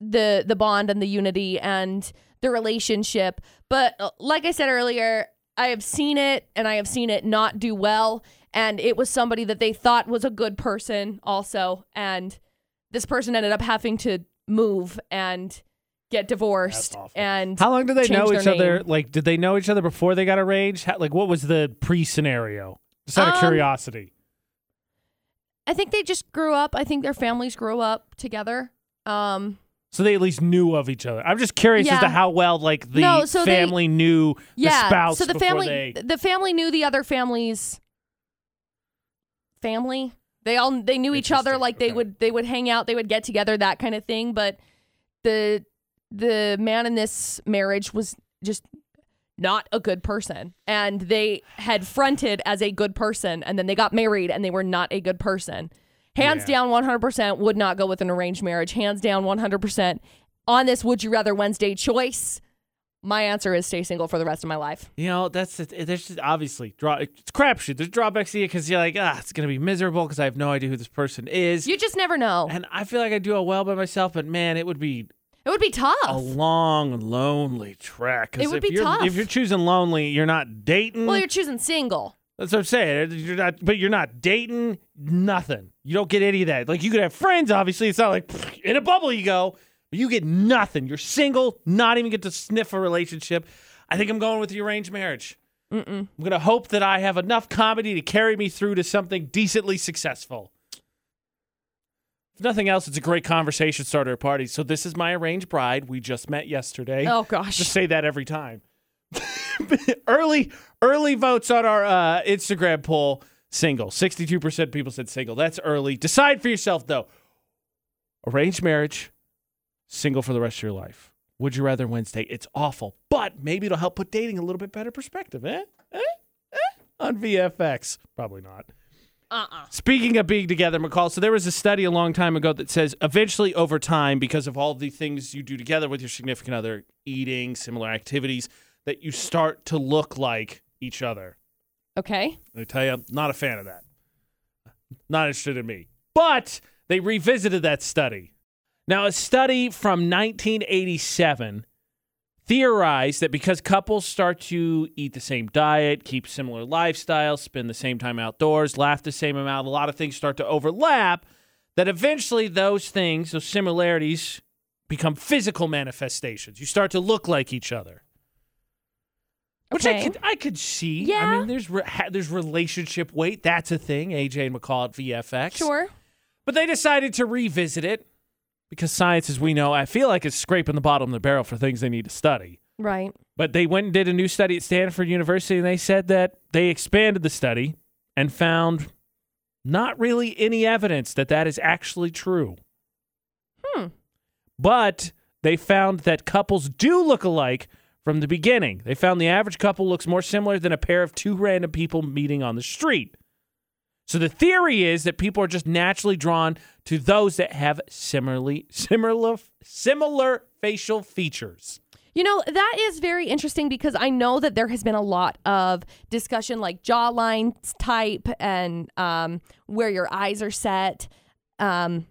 Speaker 2: the the bond and the unity and the relationship. But uh, like I said earlier, I have seen it and I have seen it not do well and it was somebody that they thought was a good person also and this person ended up having to move and get divorced
Speaker 1: awful.
Speaker 2: and
Speaker 1: How long did they
Speaker 2: change
Speaker 1: know
Speaker 2: their
Speaker 1: each other?
Speaker 2: name.
Speaker 1: Like, did they know each other before they got arranged? How, like, what was the pre scenario? Just out of
Speaker 2: Um,
Speaker 1: curiosity.
Speaker 2: I think they just grew up. I think their families grew up together. Um,
Speaker 1: So they at least knew of each other. I'm just curious as
Speaker 2: Yeah.
Speaker 1: to how well like the
Speaker 2: No, so they-
Speaker 1: family knew
Speaker 2: yeah.
Speaker 1: the spouse
Speaker 2: so the
Speaker 1: before
Speaker 2: family,
Speaker 1: they
Speaker 2: the family knew the other family's family. They all they knew each other.
Speaker 1: Interesting,
Speaker 2: Like they
Speaker 1: okay.
Speaker 2: would they would hang out. They would get together. That kind of thing. But the the man in this marriage was just not a good person and they had fronted as a good person and then they got married and they were not a good person hands
Speaker 1: Yeah.
Speaker 2: down 100% would not go with an arranged marriage hands down 100% on this would you rather wednesday choice my answer is stay single for the rest of my life
Speaker 1: You know, that's the, there's just obviously draw it's crapshoot. There's drawbacks to it because you're like, ah, it's gonna be miserable because I have no idea who this person is,
Speaker 2: you just never know
Speaker 1: and I feel like I do all well by myself. But man, it would be
Speaker 2: it would be tough
Speaker 1: a long, lonely track. 'Cause
Speaker 2: It would
Speaker 1: if
Speaker 2: be
Speaker 1: you're,
Speaker 2: tough.
Speaker 1: If you're choosing lonely, you're not dating.
Speaker 2: well you're choosing single
Speaker 1: that's what I'm saying. You're not, but you're not dating nothing. You don't get any of that. Like you could have friends. Obviously, it's not like pfft, in a bubble you go. But you get nothing. You're single. Not even get to sniff a relationship. I think I'm going with the arranged marriage.
Speaker 2: Mm-mm.
Speaker 1: I'm gonna hope that I have enough comedy to carry me through to something decently successful. If nothing else, it's a great conversation starter at parties. So this is my arranged bride. We just met yesterday.
Speaker 2: oh gosh
Speaker 1: Just say that every time. early, early votes on our uh, Instagram poll. Single. Sixty-two percent people said single. That's early. Decide for yourself though. Arranged marriage, single for the rest of your life. Would you rather Wednesday? It's awful, but maybe it'll help put dating a little bit better perspective, eh? eh? eh? On VFX, probably not.
Speaker 2: Uh-uh.
Speaker 1: Speaking of being together, McCall, so there was a study a long time ago that says eventually over time, because of all the things you do together with your significant other, eating, similar activities, that you start to look like each other.
Speaker 2: Okay.
Speaker 1: I tell you, I'm not a fan of that. Not interested in me. But they revisited that study. Now, a study from 1987 theorized that because couples start to eat the same diet, keep similar lifestyles, spend the same time outdoors, laugh the same amount, a lot of things start to overlap, that eventually those things, those similarities, become physical manifestations. You start to look like each other. Which I
Speaker 2: Okay.
Speaker 1: could, I could see. I
Speaker 2: Yeah.
Speaker 1: mean, there's re- ha- there's relationship weight. That's a thing. AJ and McCall at VFX.
Speaker 2: Sure.
Speaker 1: But they decided to revisit it because science, as we know, I feel like is scraping the bottom of the barrel for things they need to study.
Speaker 2: Right.
Speaker 1: But they went and did a new study at Stanford University, and they said that they expanded the study and found not really any evidence that that is actually true.
Speaker 2: Hmm.
Speaker 1: But they found that couples do look alike from the beginning. They found the average couple looks more similar than a pair of two random people meeting on the street. So the theory is that people are just naturally drawn to those that have similarly similar similar facial features.
Speaker 2: You know, that is very interesting because I know that there has been a lot of discussion like jawline type and um, where your eyes are set. Um,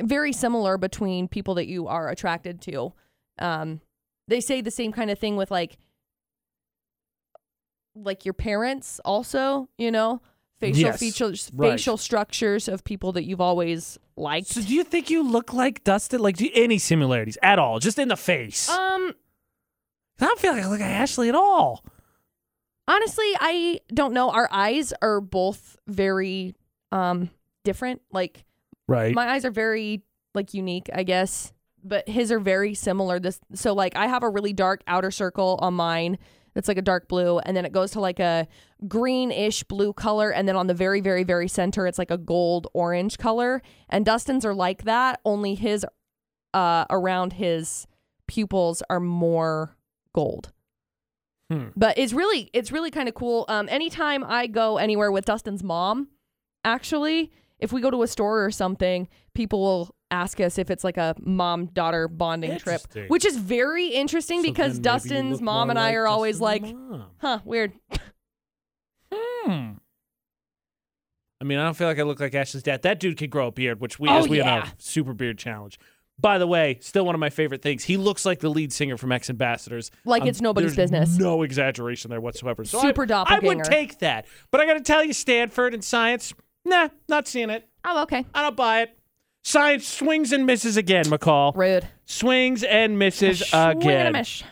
Speaker 2: very similar between people that you are attracted to. Um, they say the same kind of thing with like like your parents also, you know, facial
Speaker 1: Yes,
Speaker 2: features
Speaker 1: right.
Speaker 2: facial structures of people that you've always liked.
Speaker 1: So do you think you look like Dustin? Like do you, any similarities at all? Just in the face?
Speaker 2: um
Speaker 1: I don't feel like I look like Ashley at all.
Speaker 2: Honestly, I don't know. Our eyes are both very um different. Like
Speaker 1: Right.
Speaker 2: my eyes are very like unique, I guess, but his are very similar. This so like I have a really dark outer circle on mine that's like a dark blue and then it goes to like a greenish blue color and then on the very very very center it's like a gold orange color and Dustin's are like that, only his uh around his pupils are more gold
Speaker 1: Hmm.
Speaker 2: but it's really it's really kind of cool um anytime i go anywhere with dustin's mom actually if we go to a store or something people will ask us if it's like a mom daughter bonding trip
Speaker 1: Interesting.
Speaker 2: which is very interesting because dustin's mom and i are always like huh weird
Speaker 1: hmm. I mean, I don't feel like I look like Ashley's dad. That dude could grow a beard, which we,
Speaker 2: Oh,
Speaker 1: as we
Speaker 2: yeah.
Speaker 1: know, super beard challenge. By the way, still one of my favorite things. He looks like the lead singer from Ex Ambassadors. Um,
Speaker 2: Like it's nobody's
Speaker 1: there's
Speaker 2: business.
Speaker 1: No exaggeration there whatsoever. So I, I
Speaker 2: Super
Speaker 1: would
Speaker 2: doppelganger.
Speaker 1: take that, but I got to tell you, Stanford and science, nah, not seeing it.
Speaker 2: oh okay
Speaker 1: I don't buy it. Science swings and misses again, McCall.
Speaker 2: rude
Speaker 1: Swings and misses
Speaker 2: Swing and a
Speaker 1: again.
Speaker 2: mish.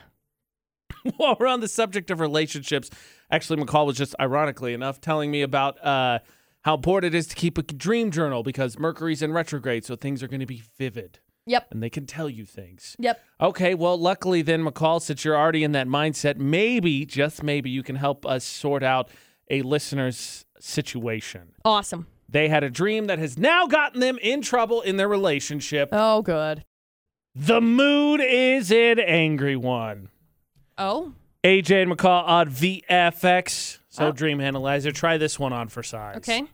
Speaker 1: While we're on the subject of relationships, actually, McCall was just ironically enough telling me about uh, how important it is to keep a dream journal because Mercury's in retrograde, so things are going to be vivid
Speaker 2: yep
Speaker 1: and they can tell you things.
Speaker 2: yep
Speaker 1: Okay, well, luckily then, McCall, since you're already in that mindset, maybe, just maybe, you can help us sort out a listener's situation.
Speaker 2: awesome
Speaker 1: They had a dream that has now gotten them in trouble in their relationship.
Speaker 2: oh good
Speaker 1: The mood is an angry one.
Speaker 2: oh
Speaker 1: AJ and McCall on VFX. So
Speaker 2: Oh.
Speaker 1: Dream Analyzer, try this one on for size.
Speaker 2: okay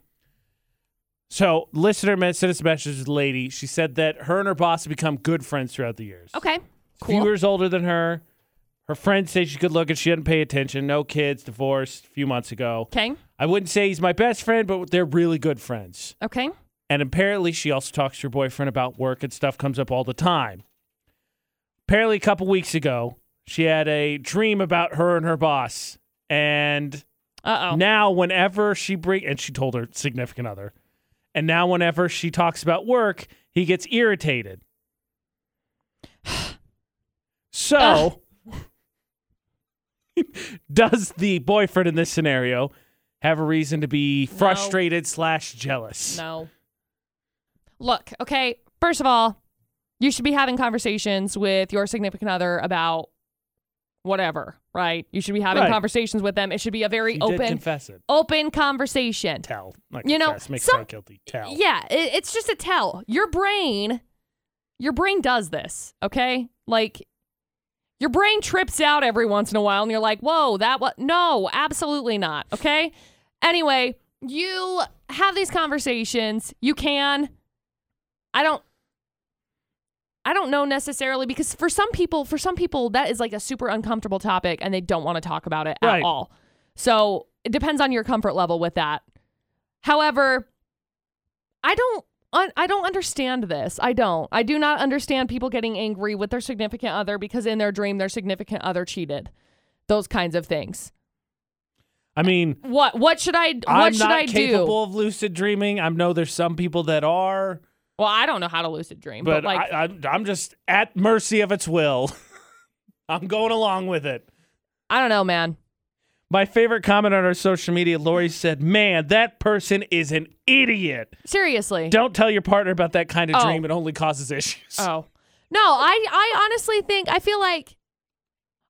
Speaker 1: So listener men- sent us a message. this Lady, she said that her and her boss have become good friends throughout the years.
Speaker 2: okay
Speaker 1: Few
Speaker 2: cool
Speaker 1: years older than her. Her friends say she's good looking. She doesn't pay attention. No kids. Divorced a few months ago.
Speaker 2: okay
Speaker 1: I wouldn't say he's my best friend, but they're really good friends.
Speaker 2: okay
Speaker 1: And apparently, she also talks to her boyfriend about work and stuff comes up all the time. Apparently, a couple weeks ago, she had a dream about her and her boss. And
Speaker 2: uh-oh
Speaker 1: now, whenever she bring and she told her significant other, and now whenever she talks about work, he gets irritated. So, does the boyfriend in this scenario have a reason to be frustrated slash jealous?
Speaker 2: No. Look, okay, first of all, you should be having conversations with your significant other about whatever, right? You should be having
Speaker 1: Right.
Speaker 2: conversations with them. It should be a very
Speaker 1: She did
Speaker 2: open
Speaker 1: confess it.
Speaker 2: open conversation.
Speaker 1: Tell, not
Speaker 2: You know,
Speaker 1: confess. makes
Speaker 2: some-
Speaker 1: sound guilty. Tell.
Speaker 2: Yeah, it, it's just a tell. Your brain your brain does this, okay? Like your brain trips out every once in a while and you're like, "Whoa, that was no, absolutely not." Okay? Anyway, you have these conversations. You can. I don't. I don't know necessarily because for some people, for some people, that is like a super uncomfortable topic and they don't want to talk about it
Speaker 1: Right.
Speaker 2: at all. So it depends on your comfort level with that. However, I don't. I I don't understand this. I don't. I do not understand people getting angry with their significant other because in their dream their significant other cheated. Those kinds of things.
Speaker 1: I mean,
Speaker 2: What what should I what
Speaker 1: I'm
Speaker 2: should
Speaker 1: not
Speaker 2: I do?
Speaker 1: capable of lucid dreaming. I know there's some people that are,
Speaker 2: Well, I don't know how to lucid dream,
Speaker 1: but,
Speaker 2: but, like
Speaker 1: I, uh, I, I'm just at mercy of its will. I'm going along with it.
Speaker 2: I, don't know, man.
Speaker 1: My favorite comment on our social media, Lori said, "Man, that person is an idiot.
Speaker 2: Seriously.
Speaker 1: Don't tell your partner about that kind of
Speaker 2: Oh.
Speaker 1: dream. It only causes issues."
Speaker 2: Oh. No, I I honestly think I feel like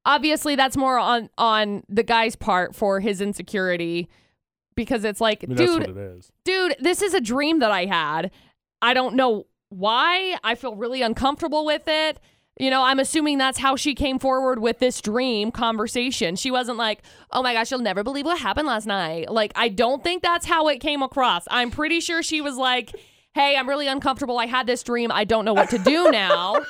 Speaker 2: obviously that's more on on the guy's part for his insecurity because it's like, dude,
Speaker 1: it is.
Speaker 2: dude, this is a dream that I had. I don't know why. I feel really uncomfortable with it. You know, I'm assuming that's how she came forward with this dream conversation. She wasn't like, oh my gosh, you'll never believe what happened last night. Like, I don't think that's how it came across. I'm pretty sure she was like, hey, I'm really uncomfortable. I had this dream. I don't know what to do now.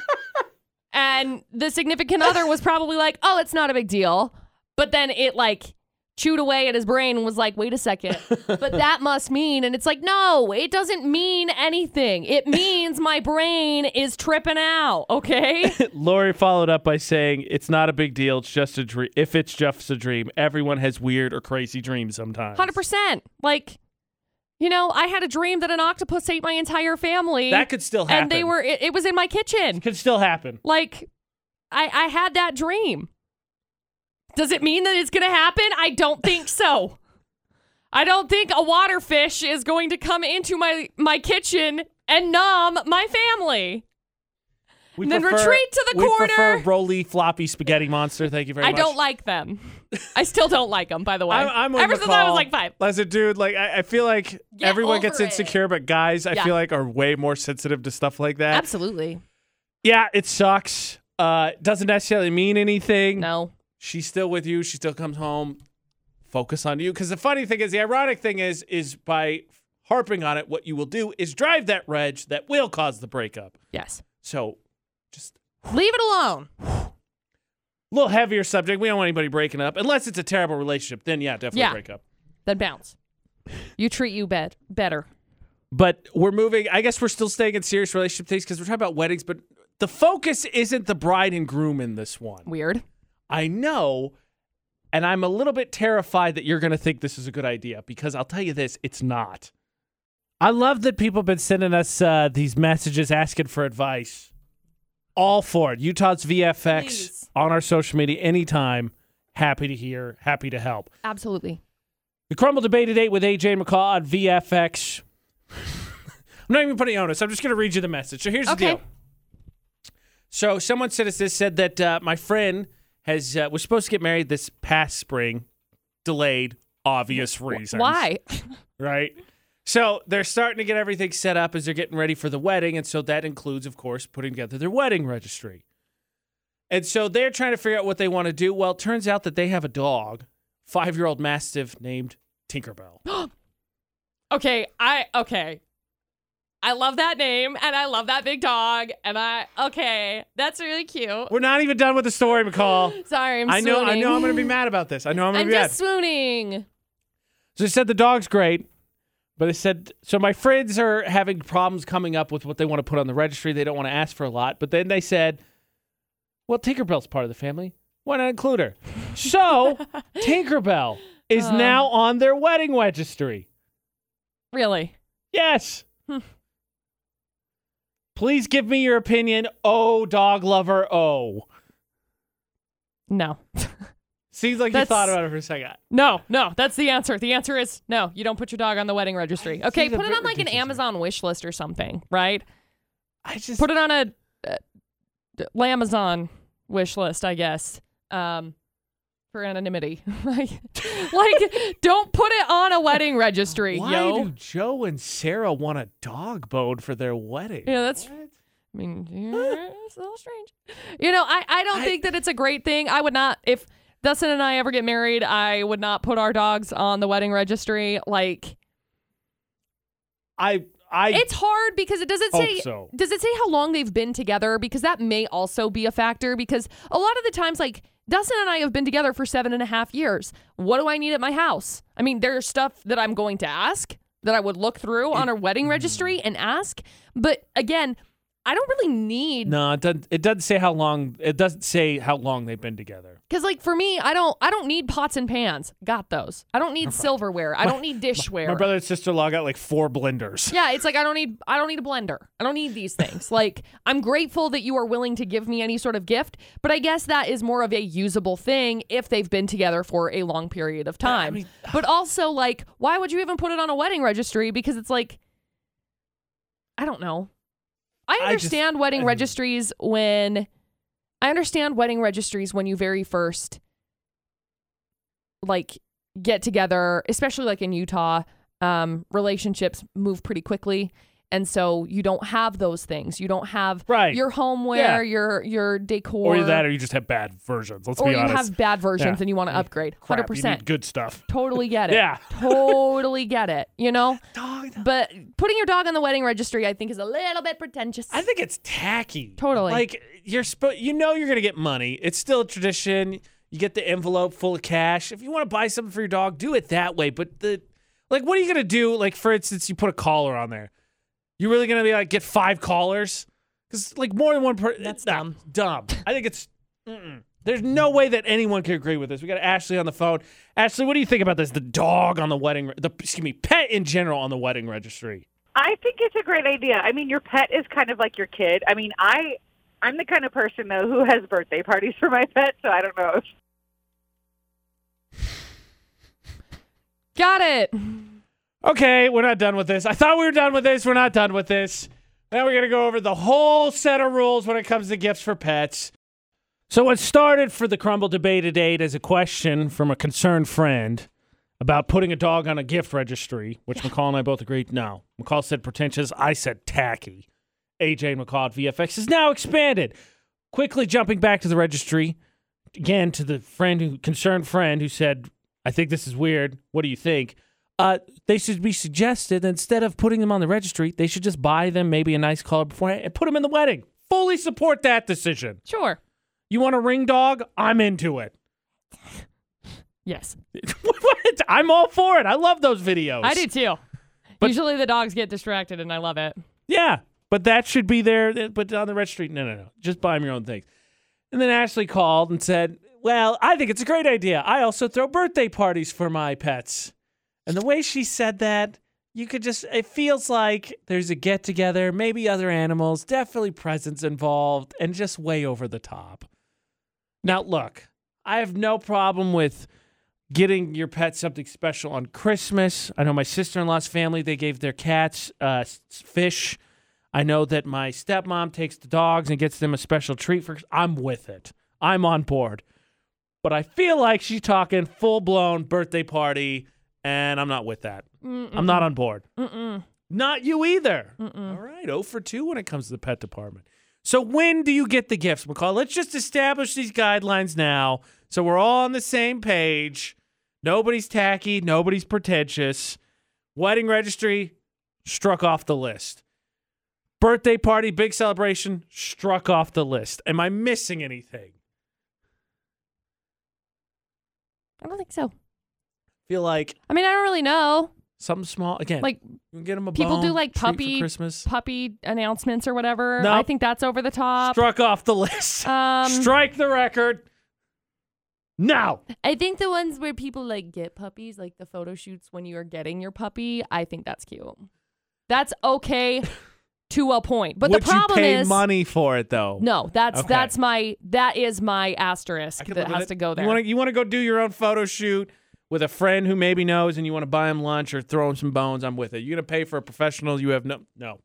Speaker 2: and the significant other was probably like, oh, it's not a big deal. But then it like chewed away at his brain and was like, wait a second, but that must mean. And it's like, no, it doesn't mean anything. It means my brain is tripping out, okay?
Speaker 1: Lori followed up by saying, "It's not a big deal. It's just a dream. If it's just a dream, everyone has weird or crazy dreams sometimes."
Speaker 2: 100%. Like, you know, I had a dream that an octopus ate my entire family.
Speaker 1: That could still happen.
Speaker 2: and they were, it, it was in my kitchen.
Speaker 1: could still happen.
Speaker 2: Like, I, I had that dream. Does it mean that it's going to happen? I don't think so. I don't think a water fish is going to come into my, my kitchen and numb my family.
Speaker 1: We
Speaker 2: Then retreat to the
Speaker 1: we
Speaker 2: corner.
Speaker 1: prefer roly floppy spaghetti monster. Thank you very
Speaker 2: I
Speaker 1: much.
Speaker 2: don't like them. I still don't like them, by the way.
Speaker 1: I'm, I'm with
Speaker 2: Ever since I was
Speaker 1: McCall.
Speaker 2: like five.
Speaker 1: As a dude, like I, I feel like everyone gets
Speaker 2: over it.
Speaker 1: insecure, but guys, I
Speaker 2: Yeah.
Speaker 1: feel like are way more sensitive to stuff like that.
Speaker 2: Absolutely.
Speaker 1: Yeah, it sucks. Uh, it doesn't necessarily mean anything.
Speaker 2: No.
Speaker 1: She's still with you. She still comes home. Focus on you. Because the funny thing is, the ironic thing is, is by harping on it, what you will do is drive that wedge that will cause the breakup.
Speaker 2: Yes.
Speaker 1: So, just
Speaker 2: Leave it alone.
Speaker 1: a little heavier subject. We don't want anybody breaking up unless it's a terrible relationship. Then yeah, definitely
Speaker 2: Yeah.
Speaker 1: break up.
Speaker 2: Then bounce. You treat you bet better.
Speaker 1: But we're moving. I guess we're still staying in serious relationship things because we're talking about weddings. But the focus isn't the bride and groom in this one.
Speaker 2: Weird.
Speaker 1: I know, and I'm a little bit terrified that you're going to think this is a good idea because I'll tell you this, it's not. I love that people have been sending us uh, these messages asking for advice. All for it. Utah's VFX
Speaker 2: Please.
Speaker 1: on our social media anytime. Happy to hear, happy to help.
Speaker 2: Absolutely.
Speaker 1: The Crumble Debate today with AJ McCall on VFX. I'm not even putting on us. I'm just going to read you the message. So here's
Speaker 2: Okay.
Speaker 1: the deal. So someone sent us this. Said that uh, my friend has uh, was supposed to get married this past spring, delayed, obvious reasons.
Speaker 2: Why?
Speaker 1: Right. So they're starting to get everything set up as they're getting ready for the wedding, and so that includes, of course, putting together their wedding registry. And so they're trying to figure out what they want to do. Well, it turns out that they have a dog, five year old mastiff named Tinkerbell.
Speaker 2: Okay, I okay. I love that name and I love that big dog and I okay, that's really cute.
Speaker 1: We're not even done with the story, McCall.
Speaker 2: Sorry, I'm
Speaker 1: I know, I know, I'm going to
Speaker 2: swooning.
Speaker 1: be mad about this. I know, I'm going to
Speaker 2: I'm
Speaker 1: be mad.
Speaker 2: just swooning.
Speaker 1: So they said the dog's great, but they said so my friends are having problems coming up with what they want to put on the registry. They don't want to ask for a lot. But then they said, Well, Tinkerbell's part of the family. Why not include her? So Tinkerbell is
Speaker 2: Uh.
Speaker 1: now on their wedding registry.
Speaker 2: Really?
Speaker 1: Yes.
Speaker 2: Hmm.
Speaker 1: Please give me your opinion. Oh, dog lover. Oh.
Speaker 2: No.
Speaker 1: Seems like
Speaker 2: That's-
Speaker 1: you thought about it for a second.
Speaker 2: No, no, that's the answer. The answer is no. You don't put your dog on the wedding registry.
Speaker 1: I
Speaker 2: Okay,
Speaker 1: see the
Speaker 2: put it
Speaker 1: bit
Speaker 2: on like an
Speaker 1: ridiculous, right?
Speaker 2: Amazon wish list or something, right?
Speaker 1: I just
Speaker 2: Put it on a uh, Lamazon wish list, I guess, um, for anonymity. like, like, don't put it on a wedding registry,
Speaker 1: Why
Speaker 2: yo.
Speaker 1: do Joe and Sarah want a dog bone for their wedding?
Speaker 2: Yeah, that's-
Speaker 1: What?
Speaker 2: I mean, yeah, it's a little strange. You know, I, I don't
Speaker 1: I-
Speaker 2: think that it's a great thing. I would not, if Dustin and I ever get married, I would not put our dogs on the wedding registry. Like,
Speaker 1: I I
Speaker 2: It's hard because it doesn't
Speaker 1: Hope
Speaker 2: say
Speaker 1: so.
Speaker 2: does it say how long they've been together because that may also be a factor because a lot of the times like Dustin and I have been together for seven and a half years. What do I need at my house? I mean, there's stuff that I'm going to ask that I would look through on a wedding
Speaker 1: Mm.
Speaker 2: registry and ask. But again, I don't really need
Speaker 1: no, it doesn't. It doesn't say how long. It doesn't say how long they've been together.
Speaker 2: because like for me, I don't I don't need pots and pans. Got those. I don't need silverware. I don't need dishware.
Speaker 1: My brother and sister-in-law got like four blenders.
Speaker 2: Yeah, it's like I don't need I don't need a blender. I don't need these things. like I'm grateful that you are willing to give me any sort of gift, but I guess that is more of a usable thing if they've been together for a long period of time.
Speaker 1: mean-
Speaker 2: but also like why would you even put it on a wedding registry because it's like I don't know. I
Speaker 1: I just-
Speaker 2: understand wedding
Speaker 1: I-
Speaker 2: registries when I understand wedding registries when you very first like get together, especially like in Utah, um, relationships move pretty quickly. And so you don't have those things. You don't have
Speaker 1: Right.
Speaker 2: your homeware,
Speaker 1: Yeah.
Speaker 2: your your decor,
Speaker 1: Or, that, or you just have bad versions. Let's
Speaker 2: or
Speaker 1: be
Speaker 2: you
Speaker 1: honest.
Speaker 2: have bad versions
Speaker 1: Yeah.
Speaker 2: and you want to upgrade.
Speaker 1: Crap, you
Speaker 2: Hundred percent.
Speaker 1: need good stuff.
Speaker 2: Totally get it.
Speaker 1: Yeah.
Speaker 2: totally get it. You know. But putting your dog on the wedding registry, I think, is a little bit pretentious.
Speaker 1: I think it's tacky.
Speaker 2: Totally.
Speaker 1: Like you're sp- you know you're gonna get money. It's still a tradition. You get the envelope full of cash. If you want to buy something for your dog, do it that way. But the like, what are you gonna do? Like for instance, you put a collar on there. You really gonna be like get five collars? Because like more than one person. That's dumb. Mm. Dumb. I think it's. Mm-mm. There's no way that anyone can agree with this. We got Ashley on the phone. Ashley, what do you think about this? The dog on the wedding, re- the excuse me, pet in general on the wedding registry.
Speaker 7: I think it's a great idea. I mean, your pet is kind of like your kid. I mean, I I'm the kind of person though who has birthday parties for my pet, so I don't know. If,
Speaker 2: Got it.
Speaker 1: Okay, we're not done with this. I thought we were done with this. We're not done with this. Now we're going to go over the whole set of rules when it comes to gifts for pets. So, what started for the crumble debate at eight as a question from a concerned friend about putting a dog on a gift registry, which McCall and I both agreed no. McCall said pretentious, I said tacky. AJ and McCall at VFX is now expanded. Quickly jumping back to the registry, again to the friend who concerned friend who said, I think this is weird. What do you think? Uh, they should be suggested instead of putting them on the registry, they should just buy them maybe a nice collar beforehand and put them in the wedding. Fully support that decision.
Speaker 2: Sure.
Speaker 1: You want a ring dog? I'm into it.
Speaker 2: Yes.
Speaker 1: what? I'm all for it. I love those videos.
Speaker 2: I do too. Usually the dogs get distracted, and I love it.
Speaker 1: Yeah, but that should be there. But on the registry, no, no, no. Just buy them your own things. And then Ashley called and said, "Well, I think it's a great idea. I also throw birthday parties for my pets." And the way she said that, you could just—it feels like there's a get together, maybe other animals, definitely presents involved, and just way over the top. Now, look, I have no problem with getting your pet something special on Christmas. I know my sister in law's family, they gave their cats uh, s- fish. I know that my stepmom takes the dogs and gets them a special treat for. I'm with it, I'm on board. But I feel like she's talking full blown birthday party, and I'm not with that. I'm not on board.
Speaker 2: Mm-mm.
Speaker 1: Not you either. All right, 0 for 2 when it comes to the pet department. So when do you get the gifts, McCall? Let's just establish these guidelines now so we're all on the same page. Nobody's tacky, nobody's pretentious. Wedding registry struck off the list. Birthday party, big celebration struck off the list. Am I missing anything?
Speaker 2: I don't think so.
Speaker 1: Feel like
Speaker 2: I mean, I don't really know.
Speaker 1: something small again.
Speaker 2: Like
Speaker 1: you can get them a
Speaker 2: people do
Speaker 1: bone,
Speaker 2: like
Speaker 1: treat for
Speaker 2: puppy-
Speaker 1: Christmas.
Speaker 2: puppy announcements or whatever.
Speaker 1: No.
Speaker 2: I think that's over the top.
Speaker 1: Struck off the list.
Speaker 2: um,
Speaker 1: Strike the record. Now.
Speaker 2: I think the ones where people like get puppies, like the photo shoots when you are getting your puppy, I think that's cute. That's okay to a point, but
Speaker 1: Would
Speaker 2: the problem
Speaker 1: you pay
Speaker 2: is
Speaker 1: money for it though.
Speaker 2: no. That's
Speaker 1: Okay.
Speaker 2: that's my that is my asterisk
Speaker 1: I can
Speaker 2: that
Speaker 1: live with
Speaker 2: has
Speaker 1: it.
Speaker 2: to go there.
Speaker 1: You want to you want to go do your own photo shoot with a friend who maybe knows, and you want to buy him lunch or throw him some bones. I'm with it. You're gonna pay for a professional. You have no no,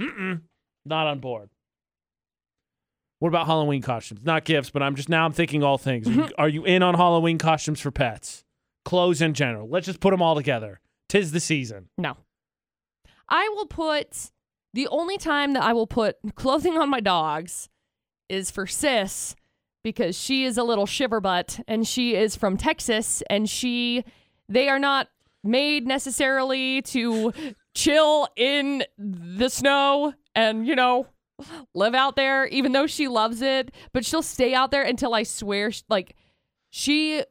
Speaker 1: Mm-mm. not on board. What about Halloween costumes? Not gifts, but I'm just now I'm thinking all things. Are you, are you in on Halloween costumes for pets? Clothes in general. Let's just put them all together. Tis the season.
Speaker 2: No. I will put the only time that I will put clothing on my dogs is for sis because she is a little shiver butt and she is from Texas and she they are not made necessarily to chill in the snow and, you know, live out there, even though she loves it. But she'll stay out there until I swear, sh- like, she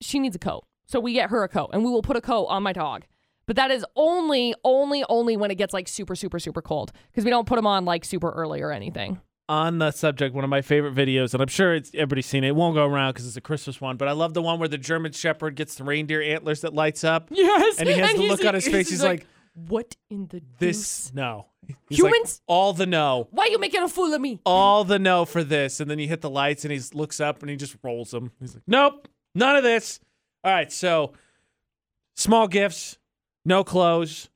Speaker 2: she needs a coat. So we get her a coat and we will put a coat on my dog. But that is only, only, only when it gets like super, super, super cold because we don't put them on like super early or anything.
Speaker 1: on the subject, one of my favorite videos, and I'm sure it's, everybody's seen it. It won't go around because it's a Christmas one, but I love the one where the German Shepherd gets the reindeer antlers that lights up.
Speaker 2: Yes.
Speaker 1: And he has the
Speaker 2: he's-
Speaker 1: look on his face. He's like,
Speaker 2: what in the
Speaker 1: This, no. He's
Speaker 2: Humans?
Speaker 1: Like, all the no.
Speaker 2: Why you making a fool of me?
Speaker 1: All the no for this. And then you hit the lights and he looks up and he just rolls them. He's like, nope, none of this. All right, so small gifts, no clothes.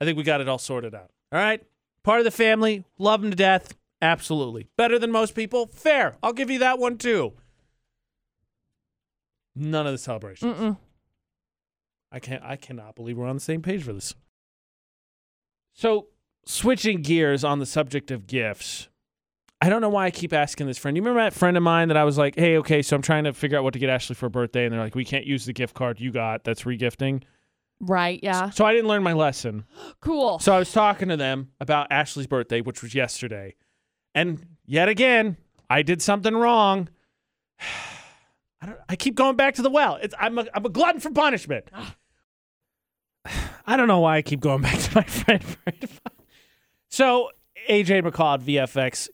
Speaker 1: I think we got it all sorted out. All right. Part of the family, love them to death. Absolutely. Better than most people. Fair. I'll give you that one too. None of the celebrations.
Speaker 2: Mm-mm.
Speaker 1: I can't I cannot believe we're on the same page for this. So switching gears on the subject of gifts. I don't know why I keep asking this friend. You remember that friend of mine that I was like, hey, okay, so I'm trying to figure out what to get Ashley for her birthday, and they're like, we can't use the gift card you got. That's regifting.
Speaker 2: Right. Yeah.
Speaker 1: So I didn't learn my lesson.
Speaker 2: Cool.
Speaker 1: So I was talking to them about Ashley's birthday, which was yesterday. And yet again, I did something wrong. I don't I keep going back to the well. It's I'm a I'm a glutton for punishment. I don't know why I keep going back to my friend. for advice. so AJ McCall at VFX,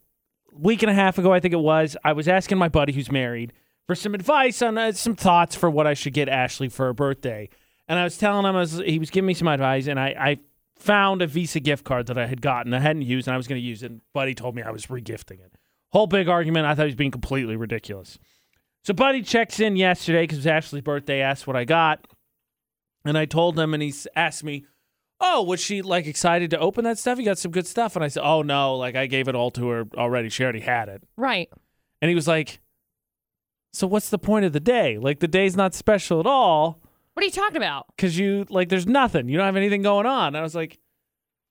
Speaker 1: week and a half ago, I think it was, I was asking my buddy who's married for some advice on uh, some thoughts for what I should get Ashley for her birthday. And I was telling him, I was, he was giving me some advice, and I, I found a Visa gift card that I had gotten, I hadn't used, and I was going to use it. And Buddy told me I was regifting it. Whole big argument. I thought he was being completely ridiculous. So Buddy checks in yesterday because it was Ashley's birthday, asked what I got. And I told him, and he s- asked me, Oh, was she like excited to open that stuff? You got some good stuff. And I said, Oh, no, like I gave it all to her already. She already had it.
Speaker 2: right.
Speaker 1: And he was like, So what's the point of the day? Like the day's not special at all
Speaker 2: What are you talking about?
Speaker 1: because you like there's nothing you don't have anything going on and i was like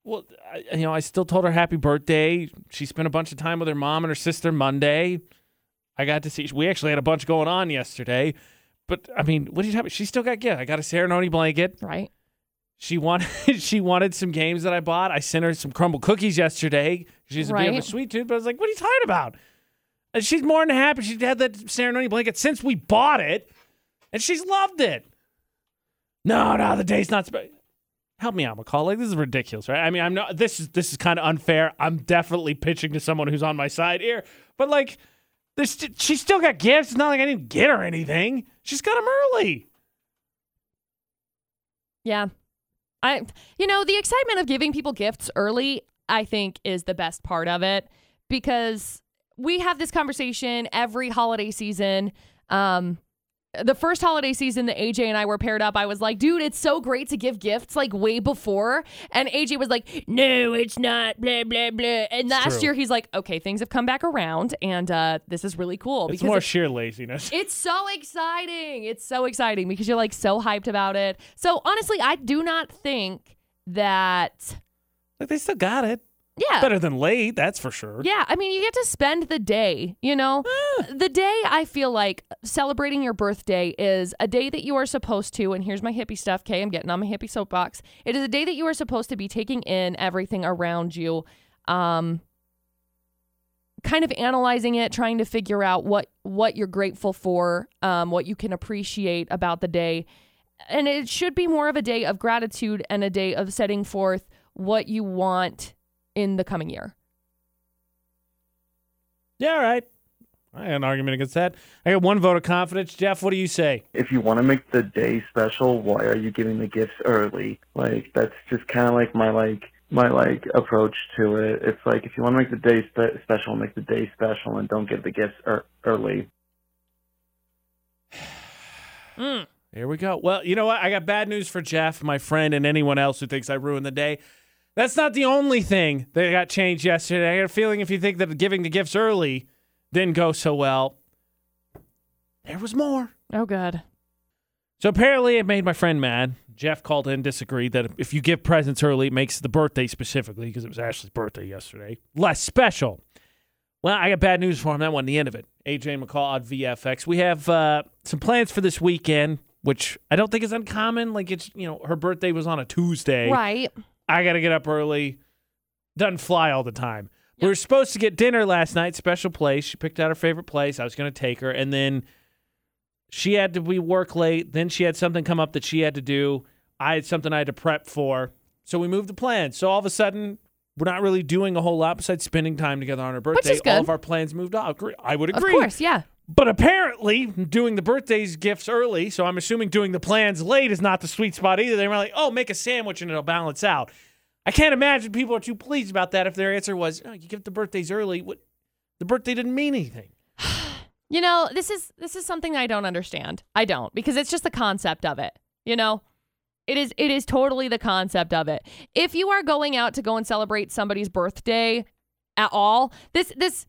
Speaker 1: well I, you know i still told her happy birthday she spent a bunch of time with her mom and her sister monday i got to see we actually had a bunch going on yesterday but i mean what are you talking about she still got gift i got a serenity blanket
Speaker 2: Right.
Speaker 1: she wanted she wanted some games that i bought i sent her some crumble cookies yesterday she's a bit of a
Speaker 2: Right.
Speaker 1: sweet tooth but i was like what are you talking about and she's more than happy she's had that serenity blanket since we bought it and she's loved it no, no, the day's not. Spe- Help me out, McCall. Like this is ridiculous, right? I mean, I'm not. This is this is kind of unfair. I'm definitely pitching to someone who's on my side here, but like, there's st- she still got gifts. It's not like I didn't get her anything. She's got them early.
Speaker 2: Yeah. I you know, the excitement of giving people gifts early, I think is the best part of it because we have this conversation every holiday season. Um the first holiday season that AJ and I were paired up, I was like, dude, it's so great to give gifts like way before. And AJ was like, no, it's not, blah, blah, blah. And last
Speaker 1: true.
Speaker 2: year, he's like, okay, things have come back around and uh, this is really cool.
Speaker 1: It's
Speaker 2: because
Speaker 1: more
Speaker 2: it-
Speaker 1: sheer laziness.
Speaker 2: it's so exciting. It's so exciting because you're like so hyped about it. So honestly, I do not think that
Speaker 1: like they still got it.
Speaker 2: yeah.
Speaker 1: Better than late, that's for sure.
Speaker 2: Yeah, I mean, you get to spend the day, you know? the day I feel like celebrating your birthday is a day that you are supposed to, and here's my hippie stuff, okay? I'm getting on my hippie soapbox. It is a day that you are supposed to be taking in everything around you, um, kind of analyzing it, trying to figure out what, what you're grateful for, um, what you can appreciate about the day and it should be more of a day of gratitude and a day of setting forth what you want in the coming year.
Speaker 1: Yeah, all right. I got an argument against that. I got one vote of confidence. Jeff, what do you say?
Speaker 8: if you want to make the day special, why are you giving the gifts early? Like that's just kind of like my like my like approach to it. It's like if you want to make the day spe- special, make the day special and don't give the gifts er- early.
Speaker 1: Here we go. Well, you know what? I got bad news for Jeff, my friend, and anyone else who thinks I ruined the day. That's not the only thing that got changed yesterday. I got a feeling if you think that giving the gifts early didn't go so well, there was more.
Speaker 2: Oh, good.
Speaker 1: So apparently, it made my friend mad. Jeff called in, disagreed that if you give presents early, it makes the birthday specifically, because it was Ashley's birthday yesterday, less special. Well, I got bad news for him. That wasn't the end of it. AJ McCall on VFX. We have uh, some plans for this weekend. which I don't think is uncommon. Like it's you know her birthday was on a Tuesday.
Speaker 2: Right.
Speaker 1: I got to get up early. Doesn't fly all the time. We were supposed to get dinner last night, special place. She picked out her favorite place. I was going to take her. And then she had to be work late. Then she had something come up that she had to do. I had something I had to prep for. So we moved the plans. So all of a sudden, we're not really doing a whole lot besides spending time together on her birthday.
Speaker 2: is good.
Speaker 1: All of our plans moved off. Gre- I would
Speaker 2: Of
Speaker 1: agree.
Speaker 2: course, yeah.
Speaker 1: But apparently, doing the birthday's gifts early, so I'm assuming doing the plans late is not the sweet spot either. They were like, oh, make a sandwich and it'll balance out. I can't imagine people are too pleased about that if their answer was, oh, you give the birthdays early. What? The birthday didn't mean anything.
Speaker 2: You know, this is this is something I don't understand. I don't because it's just the concept of it. You know, it is it is totally the concept of it. If you are going out to go and celebrate somebody's birthday at all, this this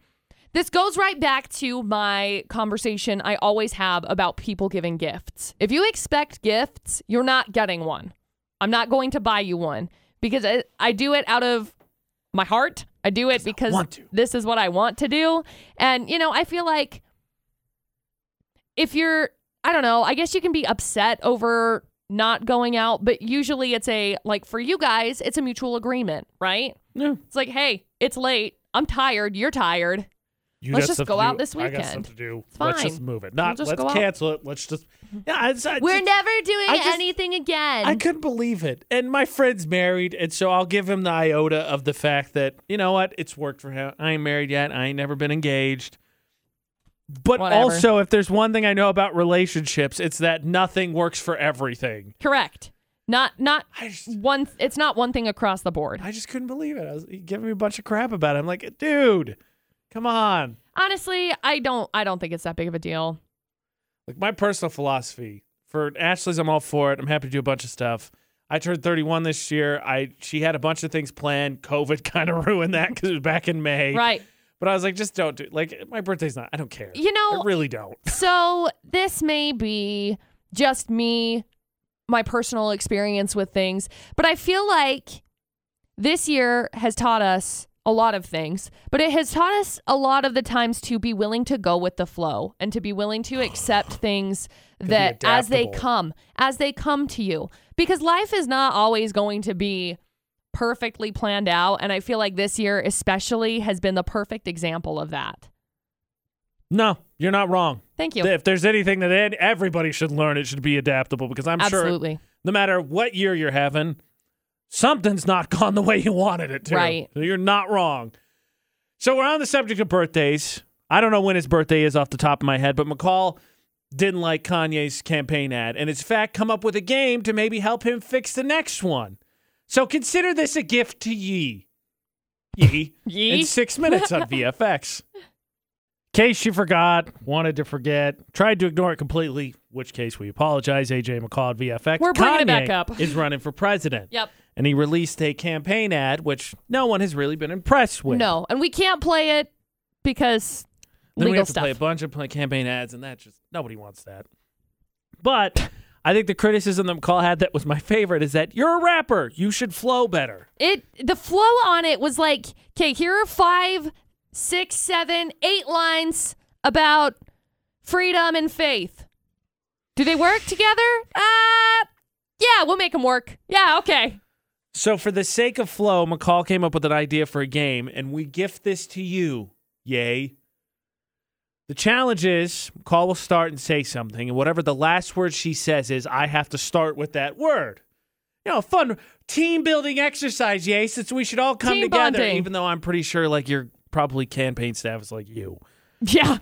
Speaker 2: this goes right back to my conversation I always have about people giving gifts. If you expect gifts, you're not getting one. I'm not going to buy you one because I, I do it out of my heart. I do it because
Speaker 1: want to.
Speaker 2: this is what I want to do. And, you know, I feel like if you're I don't know, I guess you can be upset over not going out, but usually it's a like for you guys, it's a mutual agreement, right?
Speaker 1: Yeah.
Speaker 2: It's like, hey, it's late. I'm tired. You're tired.
Speaker 1: You
Speaker 2: Let's
Speaker 1: got
Speaker 2: just
Speaker 1: stuff
Speaker 2: go
Speaker 1: to
Speaker 2: out
Speaker 1: do.
Speaker 2: this
Speaker 1: I got stuff
Speaker 2: weekend.
Speaker 1: to do.
Speaker 2: It's
Speaker 1: Let's just
Speaker 2: fine.
Speaker 1: move it. Not
Speaker 2: We'll just
Speaker 1: let's
Speaker 2: go out.
Speaker 1: cancel it. Let's just. Yeah, it's, I
Speaker 2: We're
Speaker 1: just-
Speaker 2: never doing
Speaker 1: I just-
Speaker 2: anything again.
Speaker 1: I couldn't believe it. And my friend's married, and so I'll give him the iota of the fact that, you know what, it's worked for him. I ain't married yet. I ain't never been engaged. But
Speaker 2: Whatever.
Speaker 1: also, if there's one thing I know about relationships, it's that nothing works for everything.
Speaker 2: Correct. Not not
Speaker 1: I just,
Speaker 2: one it's not one thing across the board.
Speaker 1: I just couldn't believe it. I was he giving me a bunch of crap about it. I'm like, dude, come on.
Speaker 2: Honestly, I don't I don't think it's that big of a deal.
Speaker 1: Like my personal philosophy for Ashley's, I'm all for it. I'm happy to do a bunch of stuff. I turned 31 this year. I she had a bunch of things planned. COVID kind of ruined that because it was back in May.
Speaker 2: Right.
Speaker 1: But I was like, just don't do like my birthday's not. I don't care.
Speaker 2: You know,
Speaker 1: I really don't.
Speaker 2: So this may be just me, my personal experience with things, but I feel like this year has taught us a lot of things, but it has taught us a lot of the times to be willing to go with the flow and to be willing to accept things that as they
Speaker 1: adaptable.
Speaker 2: come, as they come to you, because life is not always going to be perfectly planned out. And I feel like this year, especially, has been the perfect example of that.
Speaker 1: No, you're not wrong.
Speaker 2: Thank you.
Speaker 1: If there's anything that ed- everybody should learn, it should be adaptable because I'm sure
Speaker 2: Absolutely.
Speaker 1: no matter what year you're having, something's not gone the way you wanted it to.
Speaker 2: Right.
Speaker 1: So you're not wrong. So we're on the subject of birthdays. I don't know when his birthday is off the top of my head, but McCall didn't like Kanye's campaign ad and it's fact come up with a game to maybe help him fix the next one. So consider this a gift to ye. Ye.
Speaker 2: Ye.
Speaker 1: In six minutes on VFX. Case you forgot, wanted to forget, tried to ignore it completely, which case we apologize. AJ McCall at VFX.
Speaker 2: We're bringing
Speaker 1: Kanye
Speaker 2: it back up.
Speaker 1: is running for president.
Speaker 2: Yep.
Speaker 1: And he released a campaign ad, which no one has really been impressed with.
Speaker 2: No, and we can't play it because
Speaker 1: Then we
Speaker 2: legal
Speaker 1: have to
Speaker 2: stuff.
Speaker 1: play a bunch of play campaign ads, and that just nobody wants that. But I think the criticism that McCall had that was my favorite is that you're a rapper, you should flow better.
Speaker 2: it the flow on it was like, okay, here are five, six, seven, eight lines about freedom and faith. Do they work together? Uh, yeah, we'll make them work. Yeah, okay.
Speaker 1: So, for the sake of flow, McCall came up with an idea for a game, and we gift this to you. Yay. The challenge is McCall will start and say something, and whatever the last word she says is, I have to start with that word. You know, fun team building exercise, yay, since we should all come
Speaker 2: Team
Speaker 1: together,
Speaker 2: bonding.
Speaker 1: even though I'm pretty sure, like, your probably campaign staff is like you.
Speaker 2: Yeah.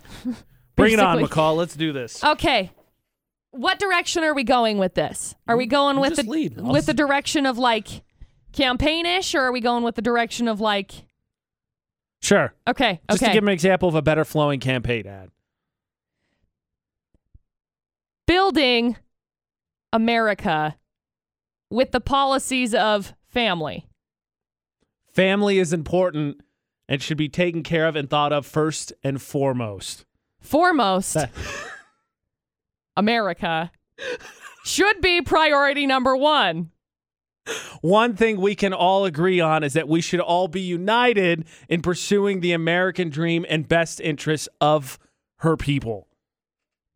Speaker 1: Bring it on,
Speaker 2: Basically. Uh,
Speaker 1: McCall. Let's do this.
Speaker 2: Okay. What direction are we going with this? Are we going
Speaker 1: you
Speaker 2: with the
Speaker 1: just lead. I'll
Speaker 2: with
Speaker 1: s-
Speaker 2: the direction of like campaignish, or are we going with the direction of like?
Speaker 1: Sure.
Speaker 2: Okay.
Speaker 1: Just
Speaker 2: okay.
Speaker 1: to give an example of a better flowing campaign ad.
Speaker 2: building America with the policies of family.
Speaker 1: Family is important and should be taken care of and thought of first and foremost.
Speaker 2: Foremost,
Speaker 1: That-
Speaker 2: America should be priority number one.
Speaker 1: One thing we can all agree on is that we should all be united in pursuing the American dream and best interests of her people.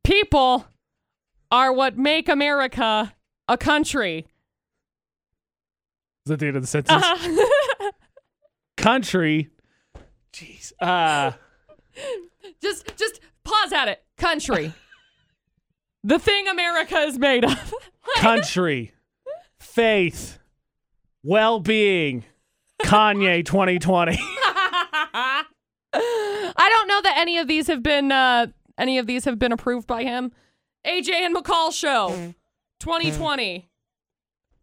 Speaker 2: People are what make America a country.
Speaker 1: Is that the end of the sentence?
Speaker 2: Uh-huh.
Speaker 1: Country. Jeez. Uh,
Speaker 2: just just pause at it. Country. the thing America is made of.
Speaker 1: country. Faith. Well being. Kanye 2020.
Speaker 2: I don't know that any of these have been uh, any of these have been approved by him. AJ and McCall
Speaker 1: Mm.
Speaker 2: show 2020.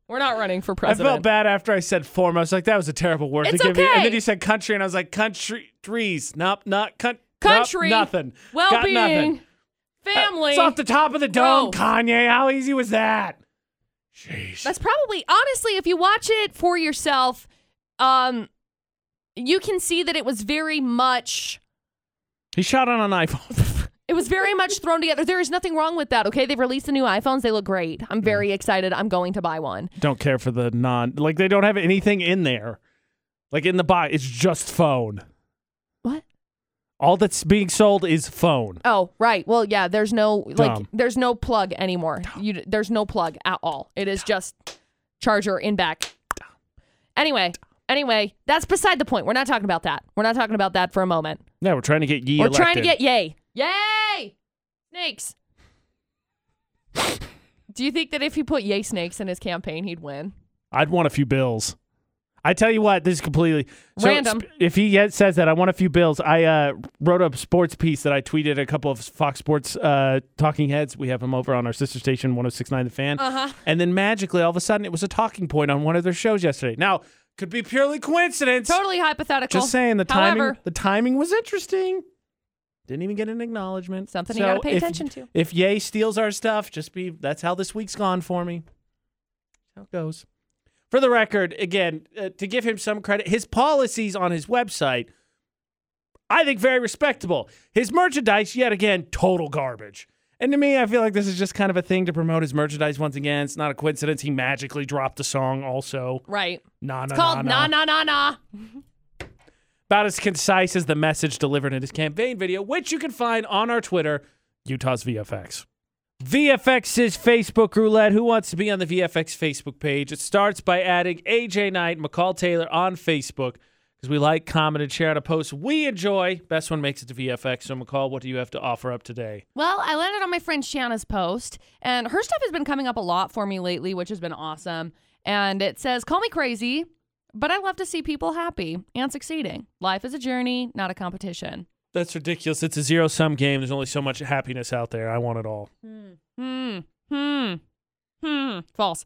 Speaker 2: We're not running for
Speaker 1: I
Speaker 2: president.
Speaker 1: felt bad after I said form. I was like, that was a terrible word
Speaker 2: It's
Speaker 1: to give you.
Speaker 2: okay.
Speaker 1: And then you said country, and I was like, country trees. Nope, not con- nope,
Speaker 2: Country.
Speaker 1: nothing. Got nothing. Uh,
Speaker 2: Well-being, family.
Speaker 1: It's off the top of the dome,
Speaker 2: Growth.
Speaker 1: Kanye. How easy was that? Jeez.
Speaker 2: That's probably honestly, if you watch it for yourself, um, you can see that it was very much.
Speaker 1: he shot on an iPhone.
Speaker 2: It was very much thrown together. There is nothing wrong with that. Okay, they've released the new iPhones. They look great.
Speaker 1: Mm.
Speaker 2: I'm very excited. I'm going to buy one.
Speaker 1: don't care for the non. Like they don't have anything in there. Like in the box, it's just phone.
Speaker 2: What?
Speaker 1: All that's being sold is phone.
Speaker 2: Oh, right. Well, yeah. There's no like.
Speaker 1: Dumb.
Speaker 2: There's no plug anymore. You d- there's no plug at all. It is just charger in back. Anyway, anyway, that's beside the point. We're not talking about that. We're not talking about that for a moment.
Speaker 1: No, we're trying to get ye
Speaker 2: We're
Speaker 1: elected.
Speaker 2: trying to get yay. Yay! Snakes. Do you think that if he put yay snakes in his campaign, he'd win?
Speaker 1: I'd want a few bills. I tell you what, this is completely so
Speaker 2: Random.
Speaker 1: sp- if he yet says that I want a few bills, I uh, wrote a sports piece that I tweeted a couple of Fox Sports uh, talking heads. We have them over on our sister station, 106.9 The Fan.
Speaker 2: Uh-huh.
Speaker 1: And then magically, all of a sudden, it was a talking point on one of their shows yesterday. Now, could be purely coincidence.
Speaker 2: Totally hypothetical.
Speaker 1: Just saying, the timing
Speaker 2: However,
Speaker 1: the timing was interesing. Didn't even get an acknowledgement.
Speaker 2: Something you gotta pay
Speaker 1: if-
Speaker 2: attention to.
Speaker 1: If Yay steals our stuff, just be that's how this week's gone for me. How it goes. For the record, again, uh, to give him some credit, his policies on his website, I think very respectable. His merchandise, yet again, total garbage. And to me, I feel like this is just kind of a thing to promote his merchandise once again. It's not a coincidence. He magically dropped the song also.
Speaker 2: right.
Speaker 1: Nah,
Speaker 2: It's
Speaker 1: nah,
Speaker 2: called
Speaker 1: nah,
Speaker 2: na na na na.
Speaker 1: about as concise as the message delivered in his campaign video, which you can find on our Twitter, Utah's VFX. VFX's Facebook roulette. Who wants to be on the VFX Facebook page? It starts by adding AJ Knight, McCall Taylor on Facebook because we like, comment, and share on a post we enjoy. Best one makes it to VFX. So, McCall, what do you have to offer up today?
Speaker 2: Well, I landed on my friend Shanna's post, and her stuff has been coming up a lot for me lately, which has been awesome. And it says, Call me crazy, but I love to see people happy and succeeding. Life is a journey, not a competition.
Speaker 1: That's ridiculous. It's a zero sum game. There's only so much happiness out there. I want it all.
Speaker 2: Hmm. Hmm. Hmm. False.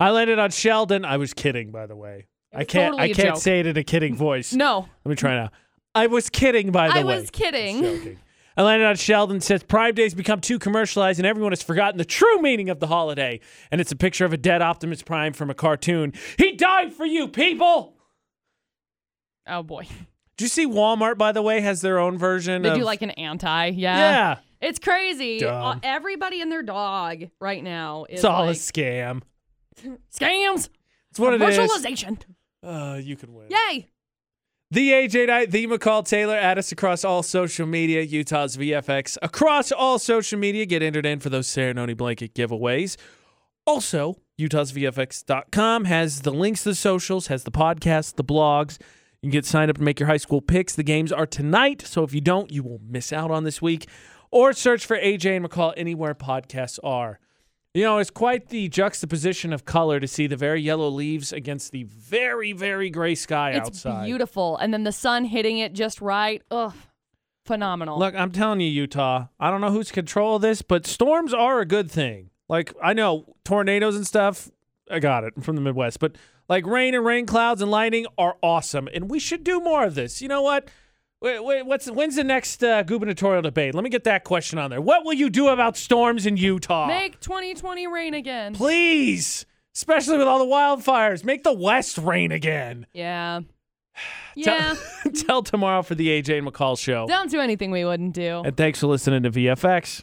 Speaker 1: I landed on Sheldon. I was kidding, by the way. I
Speaker 2: was
Speaker 1: can't.
Speaker 2: totally
Speaker 1: I
Speaker 2: a
Speaker 1: can't
Speaker 2: joke.
Speaker 1: say it in a kidding voice.
Speaker 2: No.
Speaker 1: Let me try now. I was kidding, by the
Speaker 2: I
Speaker 1: way.
Speaker 2: was kidding.
Speaker 1: Just joking. I landed on Sheldon says Prime Day's become too commercialized and everyone has forgotten the true meaning of the holiday. And it's a picture of a dead Optimus Prime from a cartoon. He died for you, people!
Speaker 2: Oh, boy.
Speaker 1: Do you see Walmart, by the way, has their own version?
Speaker 2: They
Speaker 1: of,
Speaker 2: do like an anti. Yeah.
Speaker 1: Yeah.
Speaker 2: It's crazy.
Speaker 1: Dumb.
Speaker 2: Uh, everybody and their dog right now is
Speaker 1: It's all
Speaker 2: like,
Speaker 1: a scam.
Speaker 2: scams.
Speaker 1: It's what it is.
Speaker 2: Commercialization.
Speaker 1: Uh, you could win.
Speaker 2: Yay.
Speaker 1: The AJ Knight, the McCall Taylor, at us across all social media, Utah's VFX, across all social media. Get entered in for those ceremony blanket giveaways. Also, utahsvfx.com has the links to the socials, has the podcast, the blogs. You can get signed up to make your high school picks. The games are tonight, so if you don't, you will miss out on this week. Or search for AJ and McCall anywhere podcasts are. You know, it's quite the juxtaposition of color to see the very yellow leaves against the very, very gray sky
Speaker 2: It's
Speaker 1: outside.
Speaker 2: beautiful. And then the sun hitting it just right. Ugh. Phenomenal.
Speaker 1: Look, I'm telling you, Utah, I don't know who's control of this, but storms are a good thing. Like, I know tornadoes and stuff, I got it I'm from the Midwest, but like rain and rain clouds and lightning are awesome. And we should do more of this. You know what? Wait, wait, what's when's the next uh, gubernatorial debate? Let me get that question on there. What will you do about storms in Utah?
Speaker 2: Make 2020 rain again.
Speaker 1: Please, especially with all the wildfires, make the West rain again.
Speaker 2: Yeah.
Speaker 1: Tell-
Speaker 2: Yeah.
Speaker 1: Tell, tomorrow for the AJ and McCall show.
Speaker 2: Don't do anything we wouldn't do.
Speaker 1: And thanks for listening to VFX.